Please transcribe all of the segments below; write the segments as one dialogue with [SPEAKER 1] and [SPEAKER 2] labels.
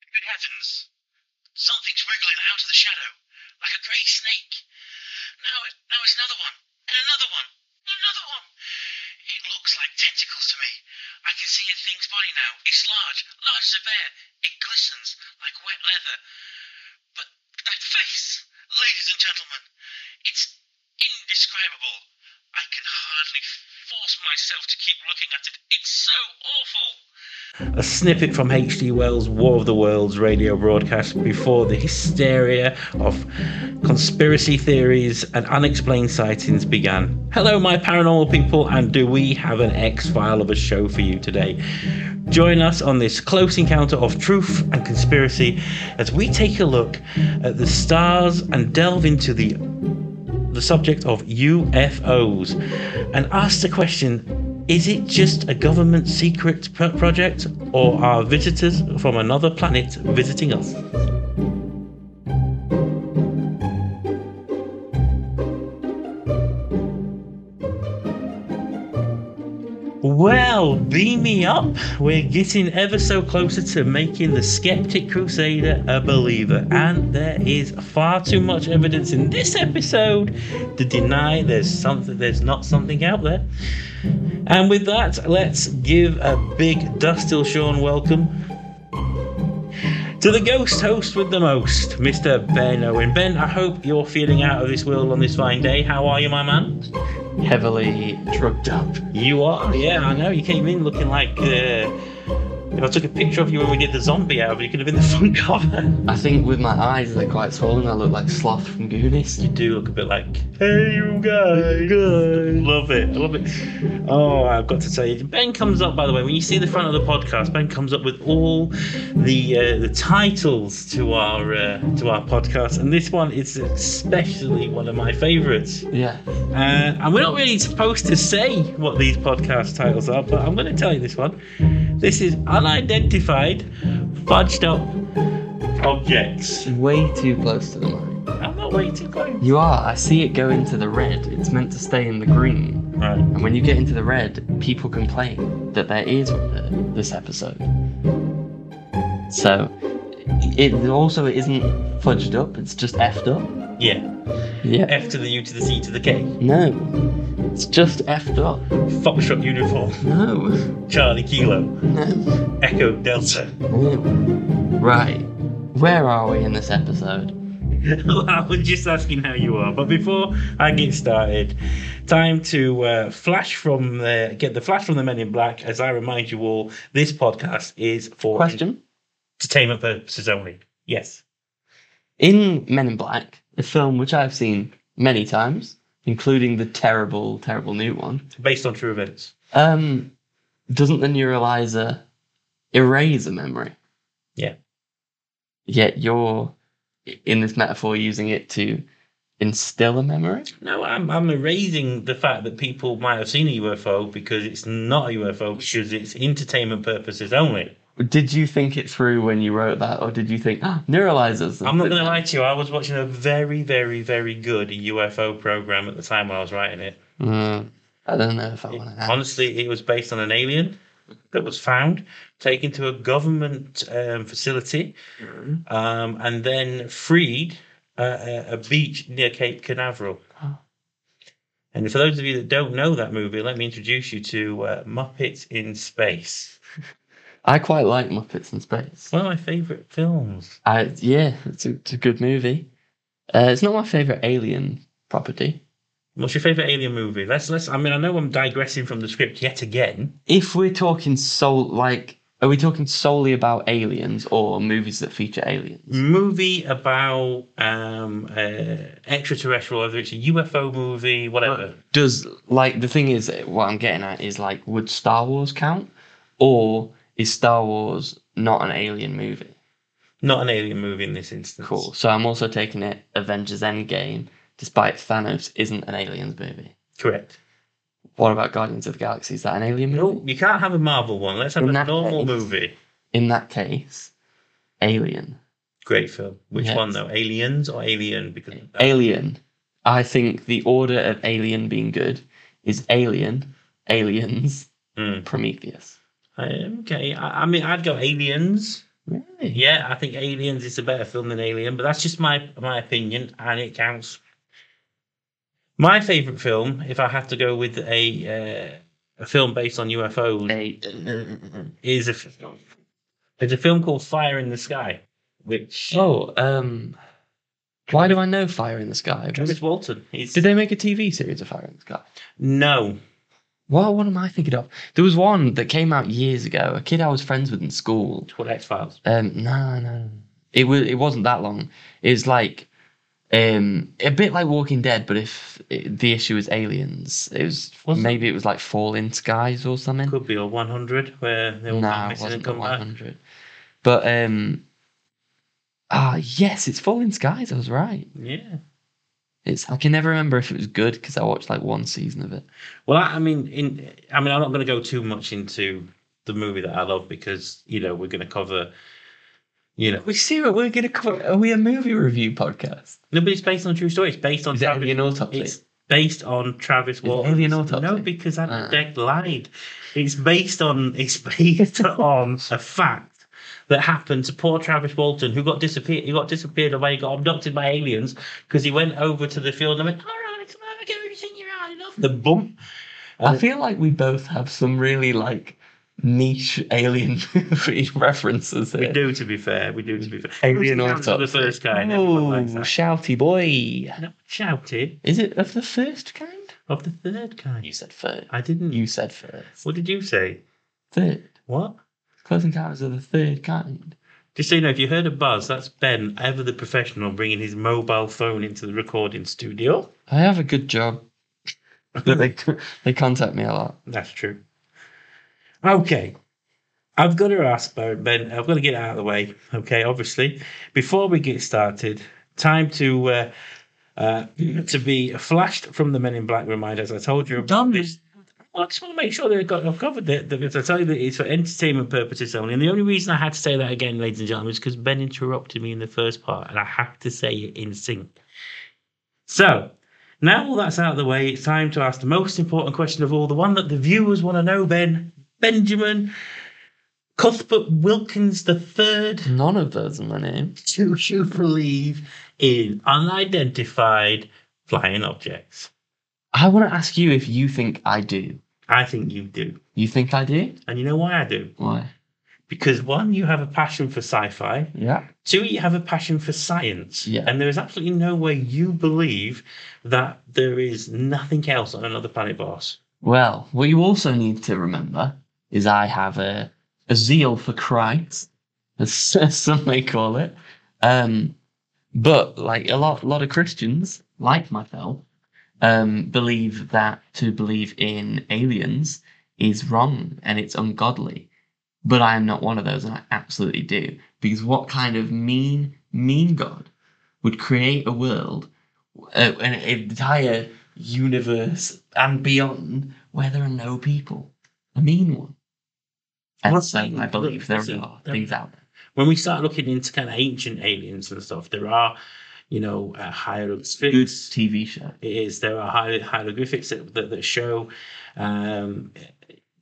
[SPEAKER 1] heavens! Something's wriggling out of the shadow, like a grey snake. Now, it, now it's another one, and another one, and another one. It looks like tentacles to me. I can see a thing's body now. It's large, large as a bear. It glistens like wet leather. But that face, ladies and gentlemen, it's indescribable. I can hardly force myself to keep looking at it. It's so awful.
[SPEAKER 2] A snippet from H.G. Wells' War of the Worlds radio broadcast before the hysteria of conspiracy theories and unexplained sightings began. Hello, my paranormal people, and do we have an X file of a show for you today? Join us on this close encounter of truth and conspiracy as we take a look at the stars and delve into the the subject of UFOs and ask the question is it just a government secret pro- project or are visitors from another planet visiting us? Well, beam me up. We're getting ever so closer to making the skeptic crusader a believer, and there is far too much evidence in this episode to deny there's something there's not something out there. And with that, let's give a big Dustil Sean welcome to the ghost host with the most, Mr. Ben Owen. Ben, I hope you're feeling out of this world on this fine day. How are you, my man?
[SPEAKER 3] heavily drugged up.
[SPEAKER 2] You are, yeah, I know. You came in looking like. Uh, if I took a picture of you when we did the zombie hour, you could have been the front cover.
[SPEAKER 3] I think with my eyes they're quite swollen. I look like Sloth from Goonies.
[SPEAKER 2] You do look a bit like, hey, you guys. Love it. I love it. Oh, I've got to say, Ben comes up, by the way, when you see the front of the podcast, Ben comes up with all the uh, the titles to our uh, to our podcast. And this one is especially one of my favourites.
[SPEAKER 3] Yeah,
[SPEAKER 2] Uh, and we're not really supposed to say what these podcast titles are, but I'm going to tell you this one. This is unidentified, fudged up objects.
[SPEAKER 3] way too close to the line.
[SPEAKER 2] I'm not way too close.
[SPEAKER 3] You are. I see it go into the red. It's meant to stay in the green.
[SPEAKER 2] Right.
[SPEAKER 3] And when you get into the red, people complain that there is one there this episode. So, it also isn't fudged up. It's just effed up.
[SPEAKER 2] Yeah.
[SPEAKER 3] Yeah.
[SPEAKER 2] F to the U to the C to the K.
[SPEAKER 3] No. It's just effed up.
[SPEAKER 2] Foxtrot uniform.
[SPEAKER 3] No.
[SPEAKER 2] Charlie Kilo.
[SPEAKER 3] No.
[SPEAKER 2] Echo Delta.
[SPEAKER 3] Right. Where are we in this episode?
[SPEAKER 2] I was just asking how you are. But before I get started, time to uh, flash from the get the flash from the Men in Black. As I remind you all, this podcast is for
[SPEAKER 3] Question.
[SPEAKER 2] entertainment purposes only. Yes.
[SPEAKER 3] In Men in Black, a film which I've seen many times, including the terrible, terrible new one,
[SPEAKER 2] Based on true events.
[SPEAKER 3] um, doesn't the neuralizer erase a memory?
[SPEAKER 2] Yeah.
[SPEAKER 3] Yet you're, i- in this metaphor, using it to instill a memory?
[SPEAKER 2] No, I'm I'm erasing the fact that people might have seen a UFO because it's not a UFO because it's entertainment purposes only.
[SPEAKER 3] Did you think it through when you wrote that, or did you think, ah, neuralizers?
[SPEAKER 2] I'm not going to lie to you. I was watching a very, very, very good UFO program at the time when I was writing it.
[SPEAKER 3] Mm, I don't know if I want to.
[SPEAKER 2] Honestly, it was based on an alien that was found, taken to a government um, facility, um, and then freed at a, a beach near Cape Canaveral.
[SPEAKER 3] Oh.
[SPEAKER 2] And for those of you that don't know that movie, let me introduce you to uh, Muppets in Space.
[SPEAKER 3] I quite like Muppets in Space.
[SPEAKER 2] It's one of my favorite films.
[SPEAKER 3] I yeah, it's a, it's a good movie. Uh, it's not my favorite Alien property.
[SPEAKER 2] What's your favorite alien movie? Let's let's. I mean, I know I'm digressing from the script yet again.
[SPEAKER 3] If we're talking soul, like, are we talking solely about aliens or movies that feature aliens?
[SPEAKER 2] Mm. movie about um uh, extraterrestrial, whether it's a UFO movie, whatever.
[SPEAKER 3] Does like the thing is what I'm getting at is like, would Star Wars count, or is Star Wars not an alien movie?
[SPEAKER 2] Not an alien movie in this instance.
[SPEAKER 3] Cool. So I'm also taking it Avengers Endgame, despite Thanos isn't an aliens movie.
[SPEAKER 2] Correct.
[SPEAKER 3] What about Guardians of the Galaxy? Is that an alien movie?
[SPEAKER 2] No, you can't have a Marvel one. Let's have
[SPEAKER 3] In
[SPEAKER 2] a
[SPEAKER 3] that
[SPEAKER 2] normal
[SPEAKER 3] case-
[SPEAKER 2] movie.
[SPEAKER 3] In that case, Alien.
[SPEAKER 2] Great film. Which
[SPEAKER 3] Yes.
[SPEAKER 2] one though? Aliens or Alien? Because
[SPEAKER 3] Alien. I think the order of Alien being good is Alien, Aliens,
[SPEAKER 2] Mm.
[SPEAKER 3] Prometheus.
[SPEAKER 2] Um, okay, I, I mean, I'd go Aliens. Yeah, I think Aliens is a better film than Alien, but that's just my my opinion, and it counts. My favorite film, if I had to go with a uh, a film based on UFOs,
[SPEAKER 3] They-
[SPEAKER 2] is a f- is a film called Fire in the Sky, which
[SPEAKER 3] Oh, um, why do I know Fire in the Sky?
[SPEAKER 2] Travis Walton. He's,
[SPEAKER 3] Did they make a TV series of Fire in the Sky?
[SPEAKER 2] no,
[SPEAKER 3] What, what am I thinking of? There was one that came out years ago. A kid I was friends with in school.
[SPEAKER 2] it's called X Files.
[SPEAKER 3] Um, no, no, it was. It wasn't that long. It's like, um, a bit like Walking Dead, but if it, the issue is aliens, it was
[SPEAKER 2] Was it?
[SPEAKER 3] maybe it was like Falling Skies or something.
[SPEAKER 2] Could be a 100 where they all
[SPEAKER 3] No,
[SPEAKER 2] nah,
[SPEAKER 3] it
[SPEAKER 2] missing and
[SPEAKER 3] wasn't the
[SPEAKER 2] come back.
[SPEAKER 3] 100. But um, ah, yes, it's Falling Skies. I was right.
[SPEAKER 2] Yeah.
[SPEAKER 3] It's I can never remember if it was good because I watched like one season of it.
[SPEAKER 2] Well, I, I mean, in I mean, I'm not going to go too much into the movie that I love because you know we're going to cover, you know,
[SPEAKER 3] We see what we're gonna cover. Are we a movie review podcast?
[SPEAKER 2] no, but it's based on a true story. It's based on
[SPEAKER 3] Is it
[SPEAKER 2] Travis.
[SPEAKER 3] Alien Autopsy?
[SPEAKER 2] It's based on Travis
[SPEAKER 3] it
[SPEAKER 2] Walton.
[SPEAKER 3] Alien Autopsy?
[SPEAKER 2] No, because I
[SPEAKER 3] Ah.
[SPEAKER 2] Deck lied. It's based on it's based on a fact that happened to poor Travis Walton, who got disappeared. He got disappeared away. Got abducted by aliens because he went over to the field and went, "All right, come over, get everything you're out enough." The bump.
[SPEAKER 3] I feel like we both have some really like niche alien movie references
[SPEAKER 2] We
[SPEAKER 3] here.
[SPEAKER 2] do, to be fair. We do, to be fair.
[SPEAKER 3] Alien
[SPEAKER 2] It was down
[SPEAKER 3] Autopsy.
[SPEAKER 2] to The first kind. everyone
[SPEAKER 3] Oh,
[SPEAKER 2] likes that.
[SPEAKER 3] shouty boy!
[SPEAKER 2] No, shouted
[SPEAKER 3] Is it of the first kind?
[SPEAKER 2] of the third kind.
[SPEAKER 3] You said first.
[SPEAKER 2] I didn't.
[SPEAKER 3] You said first.
[SPEAKER 2] What did you say?
[SPEAKER 3] Third.
[SPEAKER 2] What?
[SPEAKER 3] Close Encounters of the Third Kind.
[SPEAKER 2] Just so you know, if you heard a buzz, that's Ben, ever the professional, bringing his mobile phone into the recording studio.
[SPEAKER 3] I have a good job. they they contact me a lot.
[SPEAKER 2] That's true. Okay. I've got to ask, Bar- Ben, I've got to get it out of the way, okay, obviously. Before we get started, time to. Uh, uh, to be flashed from the Men in Black reminder, as I told you. about
[SPEAKER 3] Done.
[SPEAKER 2] this. Well, I just want to make sure that I've, got, I've covered it. That if I tell you that it's for entertainment purposes only. And the only reason I had to say that again, ladies and gentlemen, is because Ben interrupted me in the first part, and I have to say it in sync. So, now all that's out of the way, it's time to ask the most important question of all, the one that the viewers want to know, Ben. Benjamin Cuthbert Wilkins the third.
[SPEAKER 3] None of those are my name.
[SPEAKER 2] Do you believe in unidentified flying objects?
[SPEAKER 3] I want to ask you if you think I do.
[SPEAKER 2] I think you do.
[SPEAKER 3] You think I do?
[SPEAKER 2] And you know why I do?
[SPEAKER 3] Why?
[SPEAKER 2] Because one, you have a passion for sci fi.
[SPEAKER 3] Yeah.
[SPEAKER 2] Two, you have a passion for science.
[SPEAKER 3] Yeah.
[SPEAKER 2] And there is absolutely no way you believe that there is nothing else on another planet, boss.
[SPEAKER 3] Well, what you also need to remember is I have a, a zeal for Christ, as some may call it. Um, but like a lot, lot of Christians, like myself, um, believe that to believe in aliens is wrong and it's ungodly. But I am not one of those, and I absolutely do. Because what kind of mean, mean God would create a world, uh, an entire universe and beyond where there are no people. A mean one. And
[SPEAKER 2] Well,
[SPEAKER 3] so I
[SPEAKER 2] look,
[SPEAKER 3] believe there
[SPEAKER 2] listen,
[SPEAKER 3] are
[SPEAKER 2] there-
[SPEAKER 3] things out there.
[SPEAKER 2] When we start looking into kind of ancient aliens and stuff, there are, you know, uh,
[SPEAKER 3] Good
[SPEAKER 2] hieroglyphics.
[SPEAKER 3] TV show.
[SPEAKER 2] It is. There are hier- hieroglyphics that, that, that show um,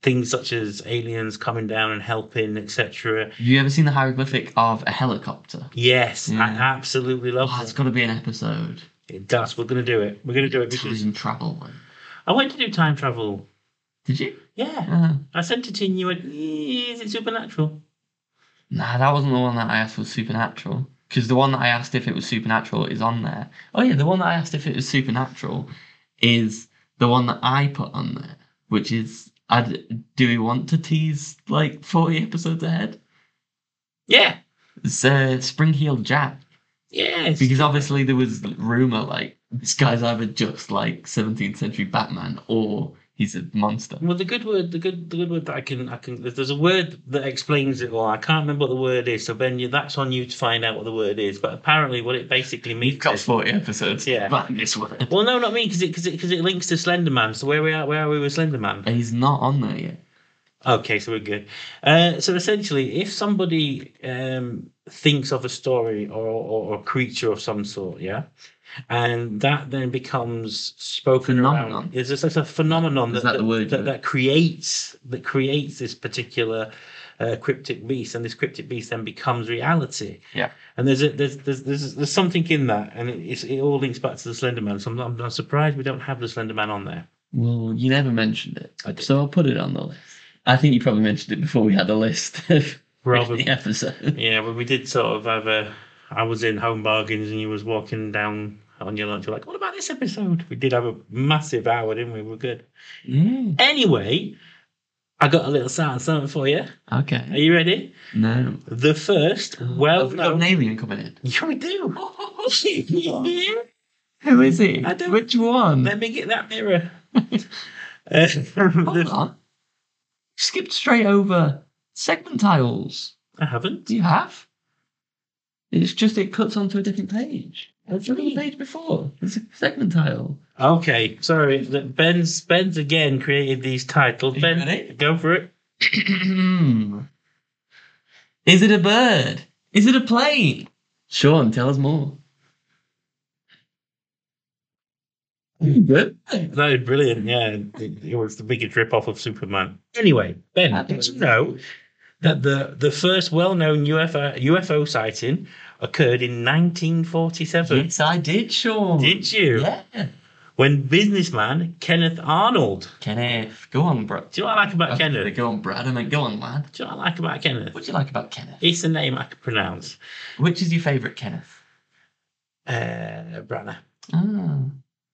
[SPEAKER 2] things such as aliens coming down and helping, etc.
[SPEAKER 3] Have you ever seen the hieroglyphic of a helicopter?
[SPEAKER 2] Yes, I
[SPEAKER 3] Yeah.
[SPEAKER 2] absolutely love
[SPEAKER 3] Oh, it's
[SPEAKER 2] that.
[SPEAKER 3] got to be an episode.
[SPEAKER 2] It does. We're going to do it. We're going to do it because
[SPEAKER 3] Time travel one.
[SPEAKER 2] I went to do time travel.
[SPEAKER 3] Did you?
[SPEAKER 2] Yeah.
[SPEAKER 3] Uh,
[SPEAKER 2] I sent it to you and you went, "Eh, is it supernatural?
[SPEAKER 3] nah, that wasn't the one that I asked was supernatural. Because the one that I asked if it was supernatural is on there. Oh yeah, the one that I asked if it was supernatural is the one that I put on there, which is. i do we want to tease like forty episodes ahead?
[SPEAKER 2] Yeah.
[SPEAKER 3] It's uh, Spring Heeled Jack.
[SPEAKER 2] Yes.
[SPEAKER 3] Because obviously there was rumor like this guy's either just like 17th century Batman or he's a monster.
[SPEAKER 2] well, the good word, the good, the good word that I can, I can. There's a word that explains it all. I can't remember what the word is. So Ben, you, that's on you to find out what the word is. But apparently, what it basically means.
[SPEAKER 3] We've got
[SPEAKER 2] is-
[SPEAKER 3] 40 episodes.
[SPEAKER 2] Yeah.
[SPEAKER 3] But this one.
[SPEAKER 2] Well, no, not me, because it because it, cause it links to Slender Man. So where we are, where are we with Slender Man?
[SPEAKER 3] And he's not on there yet.
[SPEAKER 2] Okay, so we're good. Uh, so essentially, if somebody um, thinks of a story or, or or a creature of some sort, yeah, and that then becomes spoken
[SPEAKER 3] Phenomenon.
[SPEAKER 2] around. It's just like a phenomenon
[SPEAKER 3] Is
[SPEAKER 2] that
[SPEAKER 3] that the word,
[SPEAKER 2] that,
[SPEAKER 3] yeah?
[SPEAKER 2] that creates that creates this particular uh, cryptic beast, and this cryptic beast then becomes reality.
[SPEAKER 3] Yeah.
[SPEAKER 2] And there's a, there's, there's there's there's something in that, and it, it's, it all links back to the Slender Man. So I'm, I'm, I'm surprised we don't have the Slender Man on there.
[SPEAKER 3] Well, you never mentioned it,
[SPEAKER 2] I did.
[SPEAKER 3] so I'll put it on the list. I think you probably mentioned it before we had a list of
[SPEAKER 2] Probably.
[SPEAKER 3] the episode.
[SPEAKER 2] Yeah, but we did sort of have a. I was in Home Bargains and you was walking down on your lunch. You're like, what about this episode? We did have a massive hour, didn't we? We We're good.
[SPEAKER 3] Mm,
[SPEAKER 2] Anyway, I got a little sound something for you. Are
[SPEAKER 3] okay.
[SPEAKER 2] you Oh, ready?
[SPEAKER 3] No.
[SPEAKER 2] The first well
[SPEAKER 3] Have we Oh, got
[SPEAKER 2] known.
[SPEAKER 3] an alien coming in.
[SPEAKER 2] Yeah, we do.
[SPEAKER 3] Who is he?
[SPEAKER 2] I don't-
[SPEAKER 3] Which one?
[SPEAKER 2] Let me get that mirror. Uh, the-
[SPEAKER 3] on. Skipped straight over segment tiles.
[SPEAKER 2] I haven't.
[SPEAKER 3] Do you have? It's just it cuts onto a different page. It's a little page before. It's a segment tile.
[SPEAKER 2] Okay, sorry. the- Ben's Ben's again created these titles.
[SPEAKER 3] Are you
[SPEAKER 2] Ben,
[SPEAKER 3] ready?
[SPEAKER 2] go for it.
[SPEAKER 3] Is it a bird? Is it a plane? Sean, tell us more. Good.
[SPEAKER 2] That is brilliant. Yeah, it, it was the biggest rip-off of Superman. Anyway, Ben, did you know that the the first well-known UFO UFO sighting occurred in 1947
[SPEAKER 3] Yes, I did, Sean.
[SPEAKER 2] Did you?
[SPEAKER 3] Yeah.
[SPEAKER 2] when businessman Kenneth Arnold?
[SPEAKER 3] Kenneth, go on, bro.
[SPEAKER 2] Do you know what I like about Kenneth?
[SPEAKER 3] Go on, Brad. I mean, go on, lad.
[SPEAKER 2] Do you know what I like about Kenneth?
[SPEAKER 3] What do you like about Kenneth?
[SPEAKER 2] It's a name I could pronounce.
[SPEAKER 3] Which is your favourite Kenneth?
[SPEAKER 2] Uh, Branagh.
[SPEAKER 3] Ah,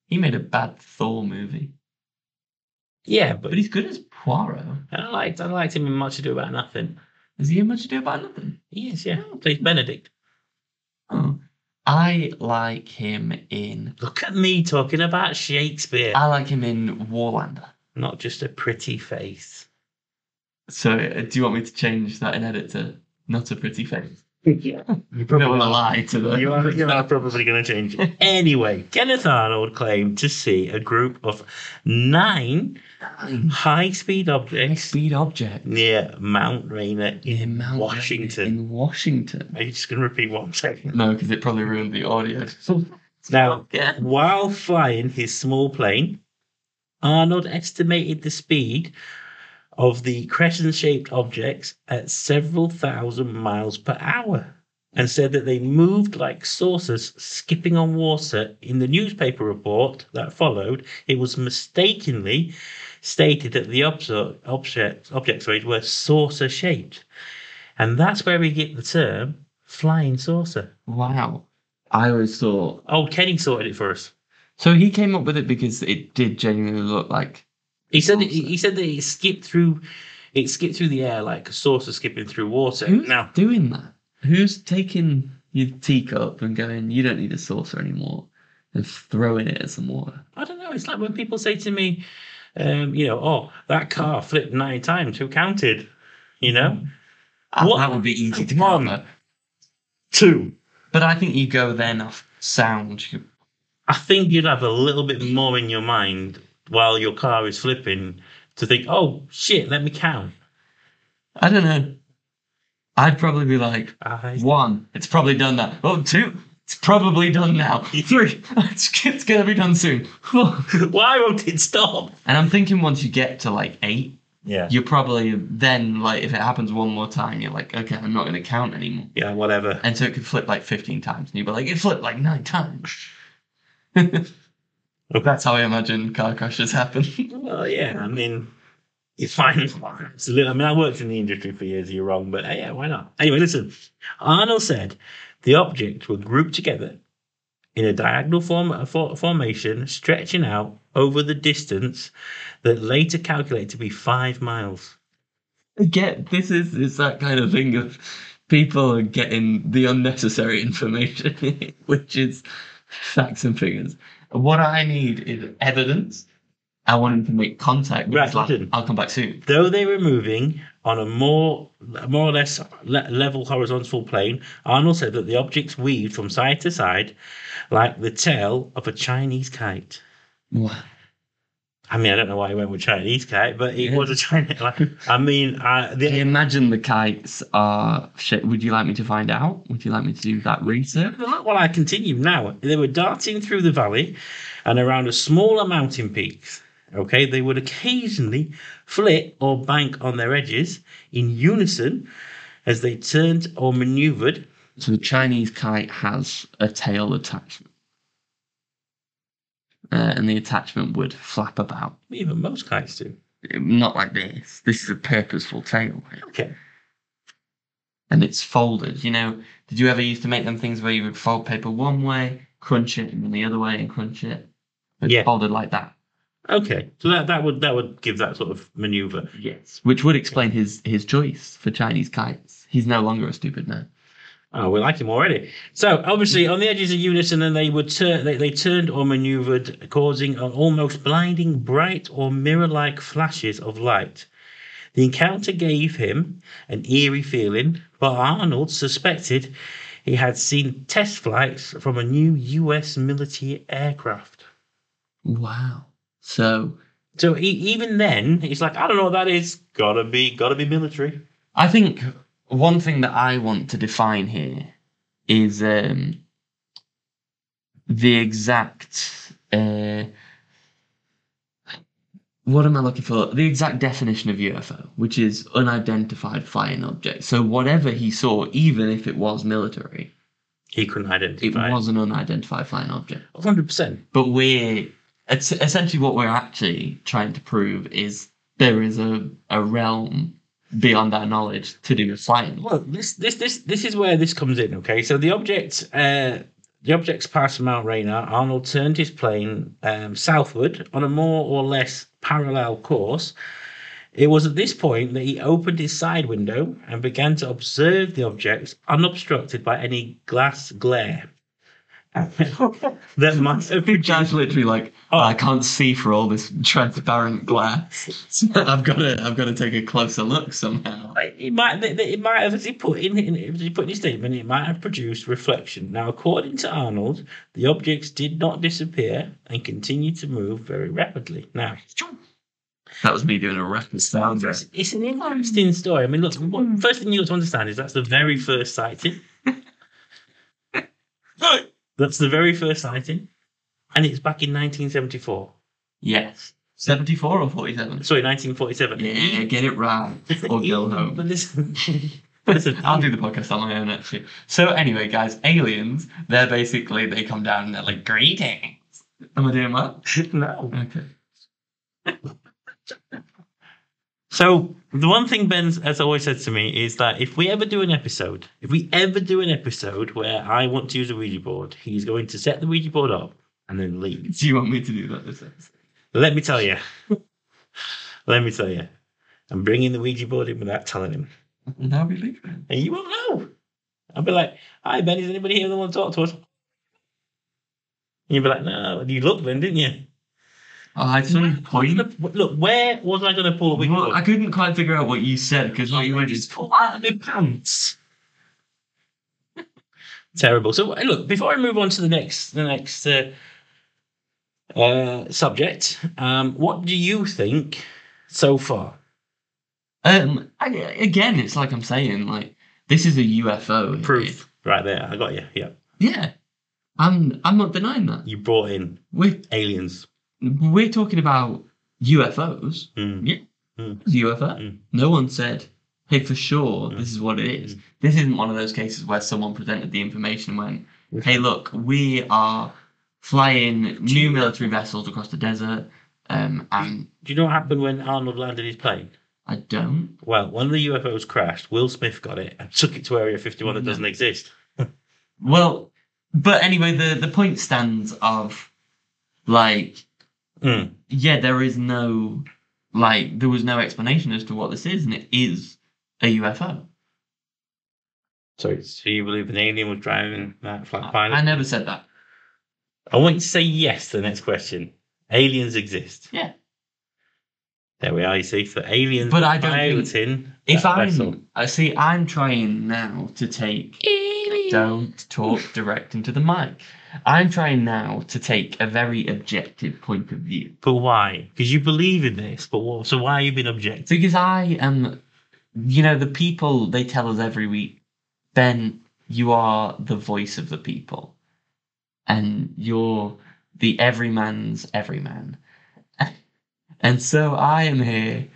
[SPEAKER 3] he made a bad Thor movie,
[SPEAKER 2] Yeah, but
[SPEAKER 3] but he's good as Poirot.
[SPEAKER 2] I liked I liked him in Much Ado About Nothing.
[SPEAKER 3] Is he in Much Ado About Nothing?
[SPEAKER 2] He is, yeah. Plays Benedict.
[SPEAKER 3] Oh, I like him in.
[SPEAKER 2] Look at me talking about Shakespeare.
[SPEAKER 3] I like him in Warlander.
[SPEAKER 2] Not just a pretty face.
[SPEAKER 3] So, uh, do you want me to change that in edit to not a pretty face?
[SPEAKER 2] Yeah. You probably
[SPEAKER 3] don't want to lie to them.
[SPEAKER 2] You are, you are probably going to change it. anyway, Kenneth Arnold claimed to see a group of nine high speed objects
[SPEAKER 3] Speed object
[SPEAKER 2] near Mount Rainier in
[SPEAKER 3] Mount Rainier
[SPEAKER 2] Washington.
[SPEAKER 3] In Washington.
[SPEAKER 2] Are you just going to repeat one second?
[SPEAKER 3] No, because it probably ruined the audio.
[SPEAKER 2] Now,
[SPEAKER 3] yeah.
[SPEAKER 2] while flying his small plane, Arnold estimated the speed of the crescent shaped objects at several thousand miles per hour and said that they moved like saucers skipping on water. In the newspaper report that followed, it was mistakenly stated that the obso- object, objects sorry, were saucer shaped. And that's where we get the term flying saucer.
[SPEAKER 3] Wow. I always thought
[SPEAKER 2] Oh, Kenny sorted it for us.
[SPEAKER 3] So he came up with it because it did genuinely look like
[SPEAKER 2] He said that, he
[SPEAKER 3] Saucer.
[SPEAKER 2] he said that it skipped through, it skipped through the air like a saucer skipping through water.
[SPEAKER 3] who's
[SPEAKER 2] Now,
[SPEAKER 3] doing that? Who's taking your teacup and going, you don't need a saucer anymore, and throwing it at some water?
[SPEAKER 2] I don't know. It's like when people say to me, um, you know, oh, that car flipped nine times. Who counted? You know,
[SPEAKER 3] Ah,
[SPEAKER 2] What?
[SPEAKER 3] That would be easy to
[SPEAKER 2] Come
[SPEAKER 3] cover.
[SPEAKER 2] two.
[SPEAKER 3] But I think you go then off sound. You-
[SPEAKER 2] I think you'd have a little bit more in your mind while your car is flipping to think, oh shit, let me count.
[SPEAKER 3] I don't know. I'd probably be like,
[SPEAKER 2] I,
[SPEAKER 3] one, it's probably done that. Oh, two, it's probably done now. Three, it's, it's going to be done soon. Four.
[SPEAKER 2] why won't it stop?
[SPEAKER 3] And I'm thinking once you get to like eight,
[SPEAKER 2] Yeah.
[SPEAKER 3] you're probably then like if it happens one more time you're like okay i'm not going to count anymore
[SPEAKER 2] Yeah. Whatever.
[SPEAKER 3] and so it could flip like 15 times and you'd be like it flipped like nine times that's how i imagine car crashes happen
[SPEAKER 2] Well, yeah, I mean, you find it's a little. I mean, I worked in the industry for years. You're wrong, but uh, yeah, why not? Anyway, listen. Arnold said the objects were grouped together in a diagonal form, for, formation, stretching out over the distance that later calculated to be five miles.
[SPEAKER 3] get this is it's that kind of thing of people are getting the unnecessary information which is facts and figures what i need is evidence i want him to make contact with
[SPEAKER 2] Right,
[SPEAKER 3] his lab.
[SPEAKER 2] listen.
[SPEAKER 3] i'll come back soon
[SPEAKER 2] Though they were moving on a more more or less le- level horizontal plane, Arnold said that the objects weaved from side to side like the tail of a Chinese kite.
[SPEAKER 3] wow
[SPEAKER 2] I mean, I don't know why he went with Chinese kite, but it
[SPEAKER 3] Yeah.
[SPEAKER 2] was a Chinese. Like, I mean, I,
[SPEAKER 3] Do you
[SPEAKER 2] the,
[SPEAKER 3] imagine the kites are shit? Would you like me to find out? Would you like me to do that research?
[SPEAKER 2] look while I continue now. They were darting through the valley and around a smaller mountain peak. Okay, they would occasionally flit or bank on their edges in unison as they turned or maneuvered.
[SPEAKER 3] So the Chinese kite has a tail attachment. Uh, and the attachment would flap about.
[SPEAKER 2] Even most kites do.
[SPEAKER 3] Not like this. This is a purposeful tail.
[SPEAKER 2] Okay.
[SPEAKER 3] And it's folded. You know, did you ever used to make them things where you would fold paper one way, crunch it, and then the other way and crunch it? It's
[SPEAKER 2] Yeah.
[SPEAKER 3] folded like that.
[SPEAKER 2] Okay. So that, that would that would give that sort of maneuver.
[SPEAKER 3] Yes. Which would explain his his choice for Chinese kites. He's no longer a stupid man.
[SPEAKER 2] Oh, we like him already. So obviously, on the edges of unison, and they would turn. They, they turned or manoeuvred, causing an almost blinding, bright or mirror-like flashes of light. The encounter gave him an eerie feeling, but Arnold suspected he had seen test flights from a new U.S. military aircraft.
[SPEAKER 3] Wow. So
[SPEAKER 2] So e even then, he's like, I don't know what that is. Gotta be, gotta be military.
[SPEAKER 3] I think one thing that I want to define here is um, the exact. Uh, what am I looking for? The exact definition of UFO, which is unidentified flying object. So whatever he saw, even if it was military,
[SPEAKER 2] He couldn't
[SPEAKER 3] it
[SPEAKER 2] identify.
[SPEAKER 3] was an unidentified flying object.
[SPEAKER 2] hundred percent.
[SPEAKER 3] But we're it's essentially what we're actually trying to prove is there is a, a realm beyond our knowledge to do with flying.
[SPEAKER 2] Well, this this this this is where this comes in. Okay, so the object uh, the objects passed Mount Rainier. Arnold turned his plane um, southward on a more or less parallel course. It was at this point that he opened his side window and began to observe the objects unobstructed by any glass glare that might have been
[SPEAKER 3] Jazz literally like
[SPEAKER 2] Oh.
[SPEAKER 3] I can't see for all this transparent glass. So I've got to I've got to take a closer look somehow.
[SPEAKER 2] Like, it might th- th- it might have as he put in, in as he put in his statement it might have produced reflection now according to arnold the objects did not disappear and continued to move very rapidly now
[SPEAKER 3] That was me doing a rapid sound. there.
[SPEAKER 2] it's, it's an interesting story i mean look what, first thing you got to understand is that's the very first sighting that's the very first sighting and it's back in 1974
[SPEAKER 3] Yes, seventy four or forty seven.
[SPEAKER 2] sorry 1947
[SPEAKER 3] Yeah, get it right or go home.
[SPEAKER 2] but listen listen
[SPEAKER 3] I'll do the podcast on my own actually. So anyway, guys, aliens, they're basically they come down and they're like, greetings. Am I doing well?
[SPEAKER 2] no
[SPEAKER 3] Okay.
[SPEAKER 2] So the one thing Ben has always said to me is that if we ever do an episode, if we ever do an episode where I want to use a Ouija board, he's going to set the Ouija board up and then leave.
[SPEAKER 3] Do you want me to do that this episode?
[SPEAKER 2] Let me tell you. Let me tell you. I'm bringing the Ouija board in without telling him.
[SPEAKER 3] Now we leave then.
[SPEAKER 2] And you won't know. I'll be like, hi, Ben, is anybody here that want to talk to us? And you'll be like, no, you looked, Ben, didn't you?
[SPEAKER 3] Oh, I some point.
[SPEAKER 2] Look, where was I going to pull a Ouija
[SPEAKER 3] Well,
[SPEAKER 2] board?
[SPEAKER 3] I couldn't quite figure out what you said because what you went is
[SPEAKER 2] pull out of my pants. Terrible. So uh, look, before I move on to the next the next uh, uh, subject, um, what do you think so far?
[SPEAKER 3] um I, again. It's like I'm saying, like this is a UFO
[SPEAKER 2] Proof right there. I got you. Yeah,
[SPEAKER 3] Yeah, I'm I'm not denying that.
[SPEAKER 2] you brought in
[SPEAKER 3] We're
[SPEAKER 2] aliens.
[SPEAKER 3] we're talking about UFOs.
[SPEAKER 2] Mm.
[SPEAKER 3] UFO.
[SPEAKER 2] Mm.
[SPEAKER 3] No one said, hey, for sure,
[SPEAKER 2] Mm.
[SPEAKER 3] this is what it is. This isn't one of those cases where someone presented the information and
[SPEAKER 2] Mm.
[SPEAKER 3] went, hey, look, we are flying new military vessels across the desert. Um, and
[SPEAKER 2] Do you know what happened when Arnold landed his plane?
[SPEAKER 3] I don't.
[SPEAKER 2] Well, one of the UFOs crashed. Will Smith got it and took it to Area 51 that
[SPEAKER 3] No.
[SPEAKER 2] doesn't exist.
[SPEAKER 3] Well, but anyway, the, the point stands of like,
[SPEAKER 2] Mm.
[SPEAKER 3] yeah, there is no, like, there was no explanation as to what this is, and it is a UFO.
[SPEAKER 2] So, so you believe an alien was driving that flat
[SPEAKER 3] I,
[SPEAKER 2] pilot?
[SPEAKER 3] I never said that.
[SPEAKER 2] I want you to say yes to the next question. Aliens exist.
[SPEAKER 3] Yeah.
[SPEAKER 2] There we are, you see. So aliens
[SPEAKER 3] But I don't
[SPEAKER 2] piloting
[SPEAKER 3] If
[SPEAKER 2] that
[SPEAKER 3] I'm,
[SPEAKER 2] vessel.
[SPEAKER 3] I see, I'm trying now to take. Don't talk direct into the mic. I'm trying now to take a very objective point of view
[SPEAKER 2] But why? Because you believe in this, but what, so why are you being objective?
[SPEAKER 3] because I am, you know, the people they tell us every week. Ben, you are the voice of the people, and you're the everyman's everyman. And so I am here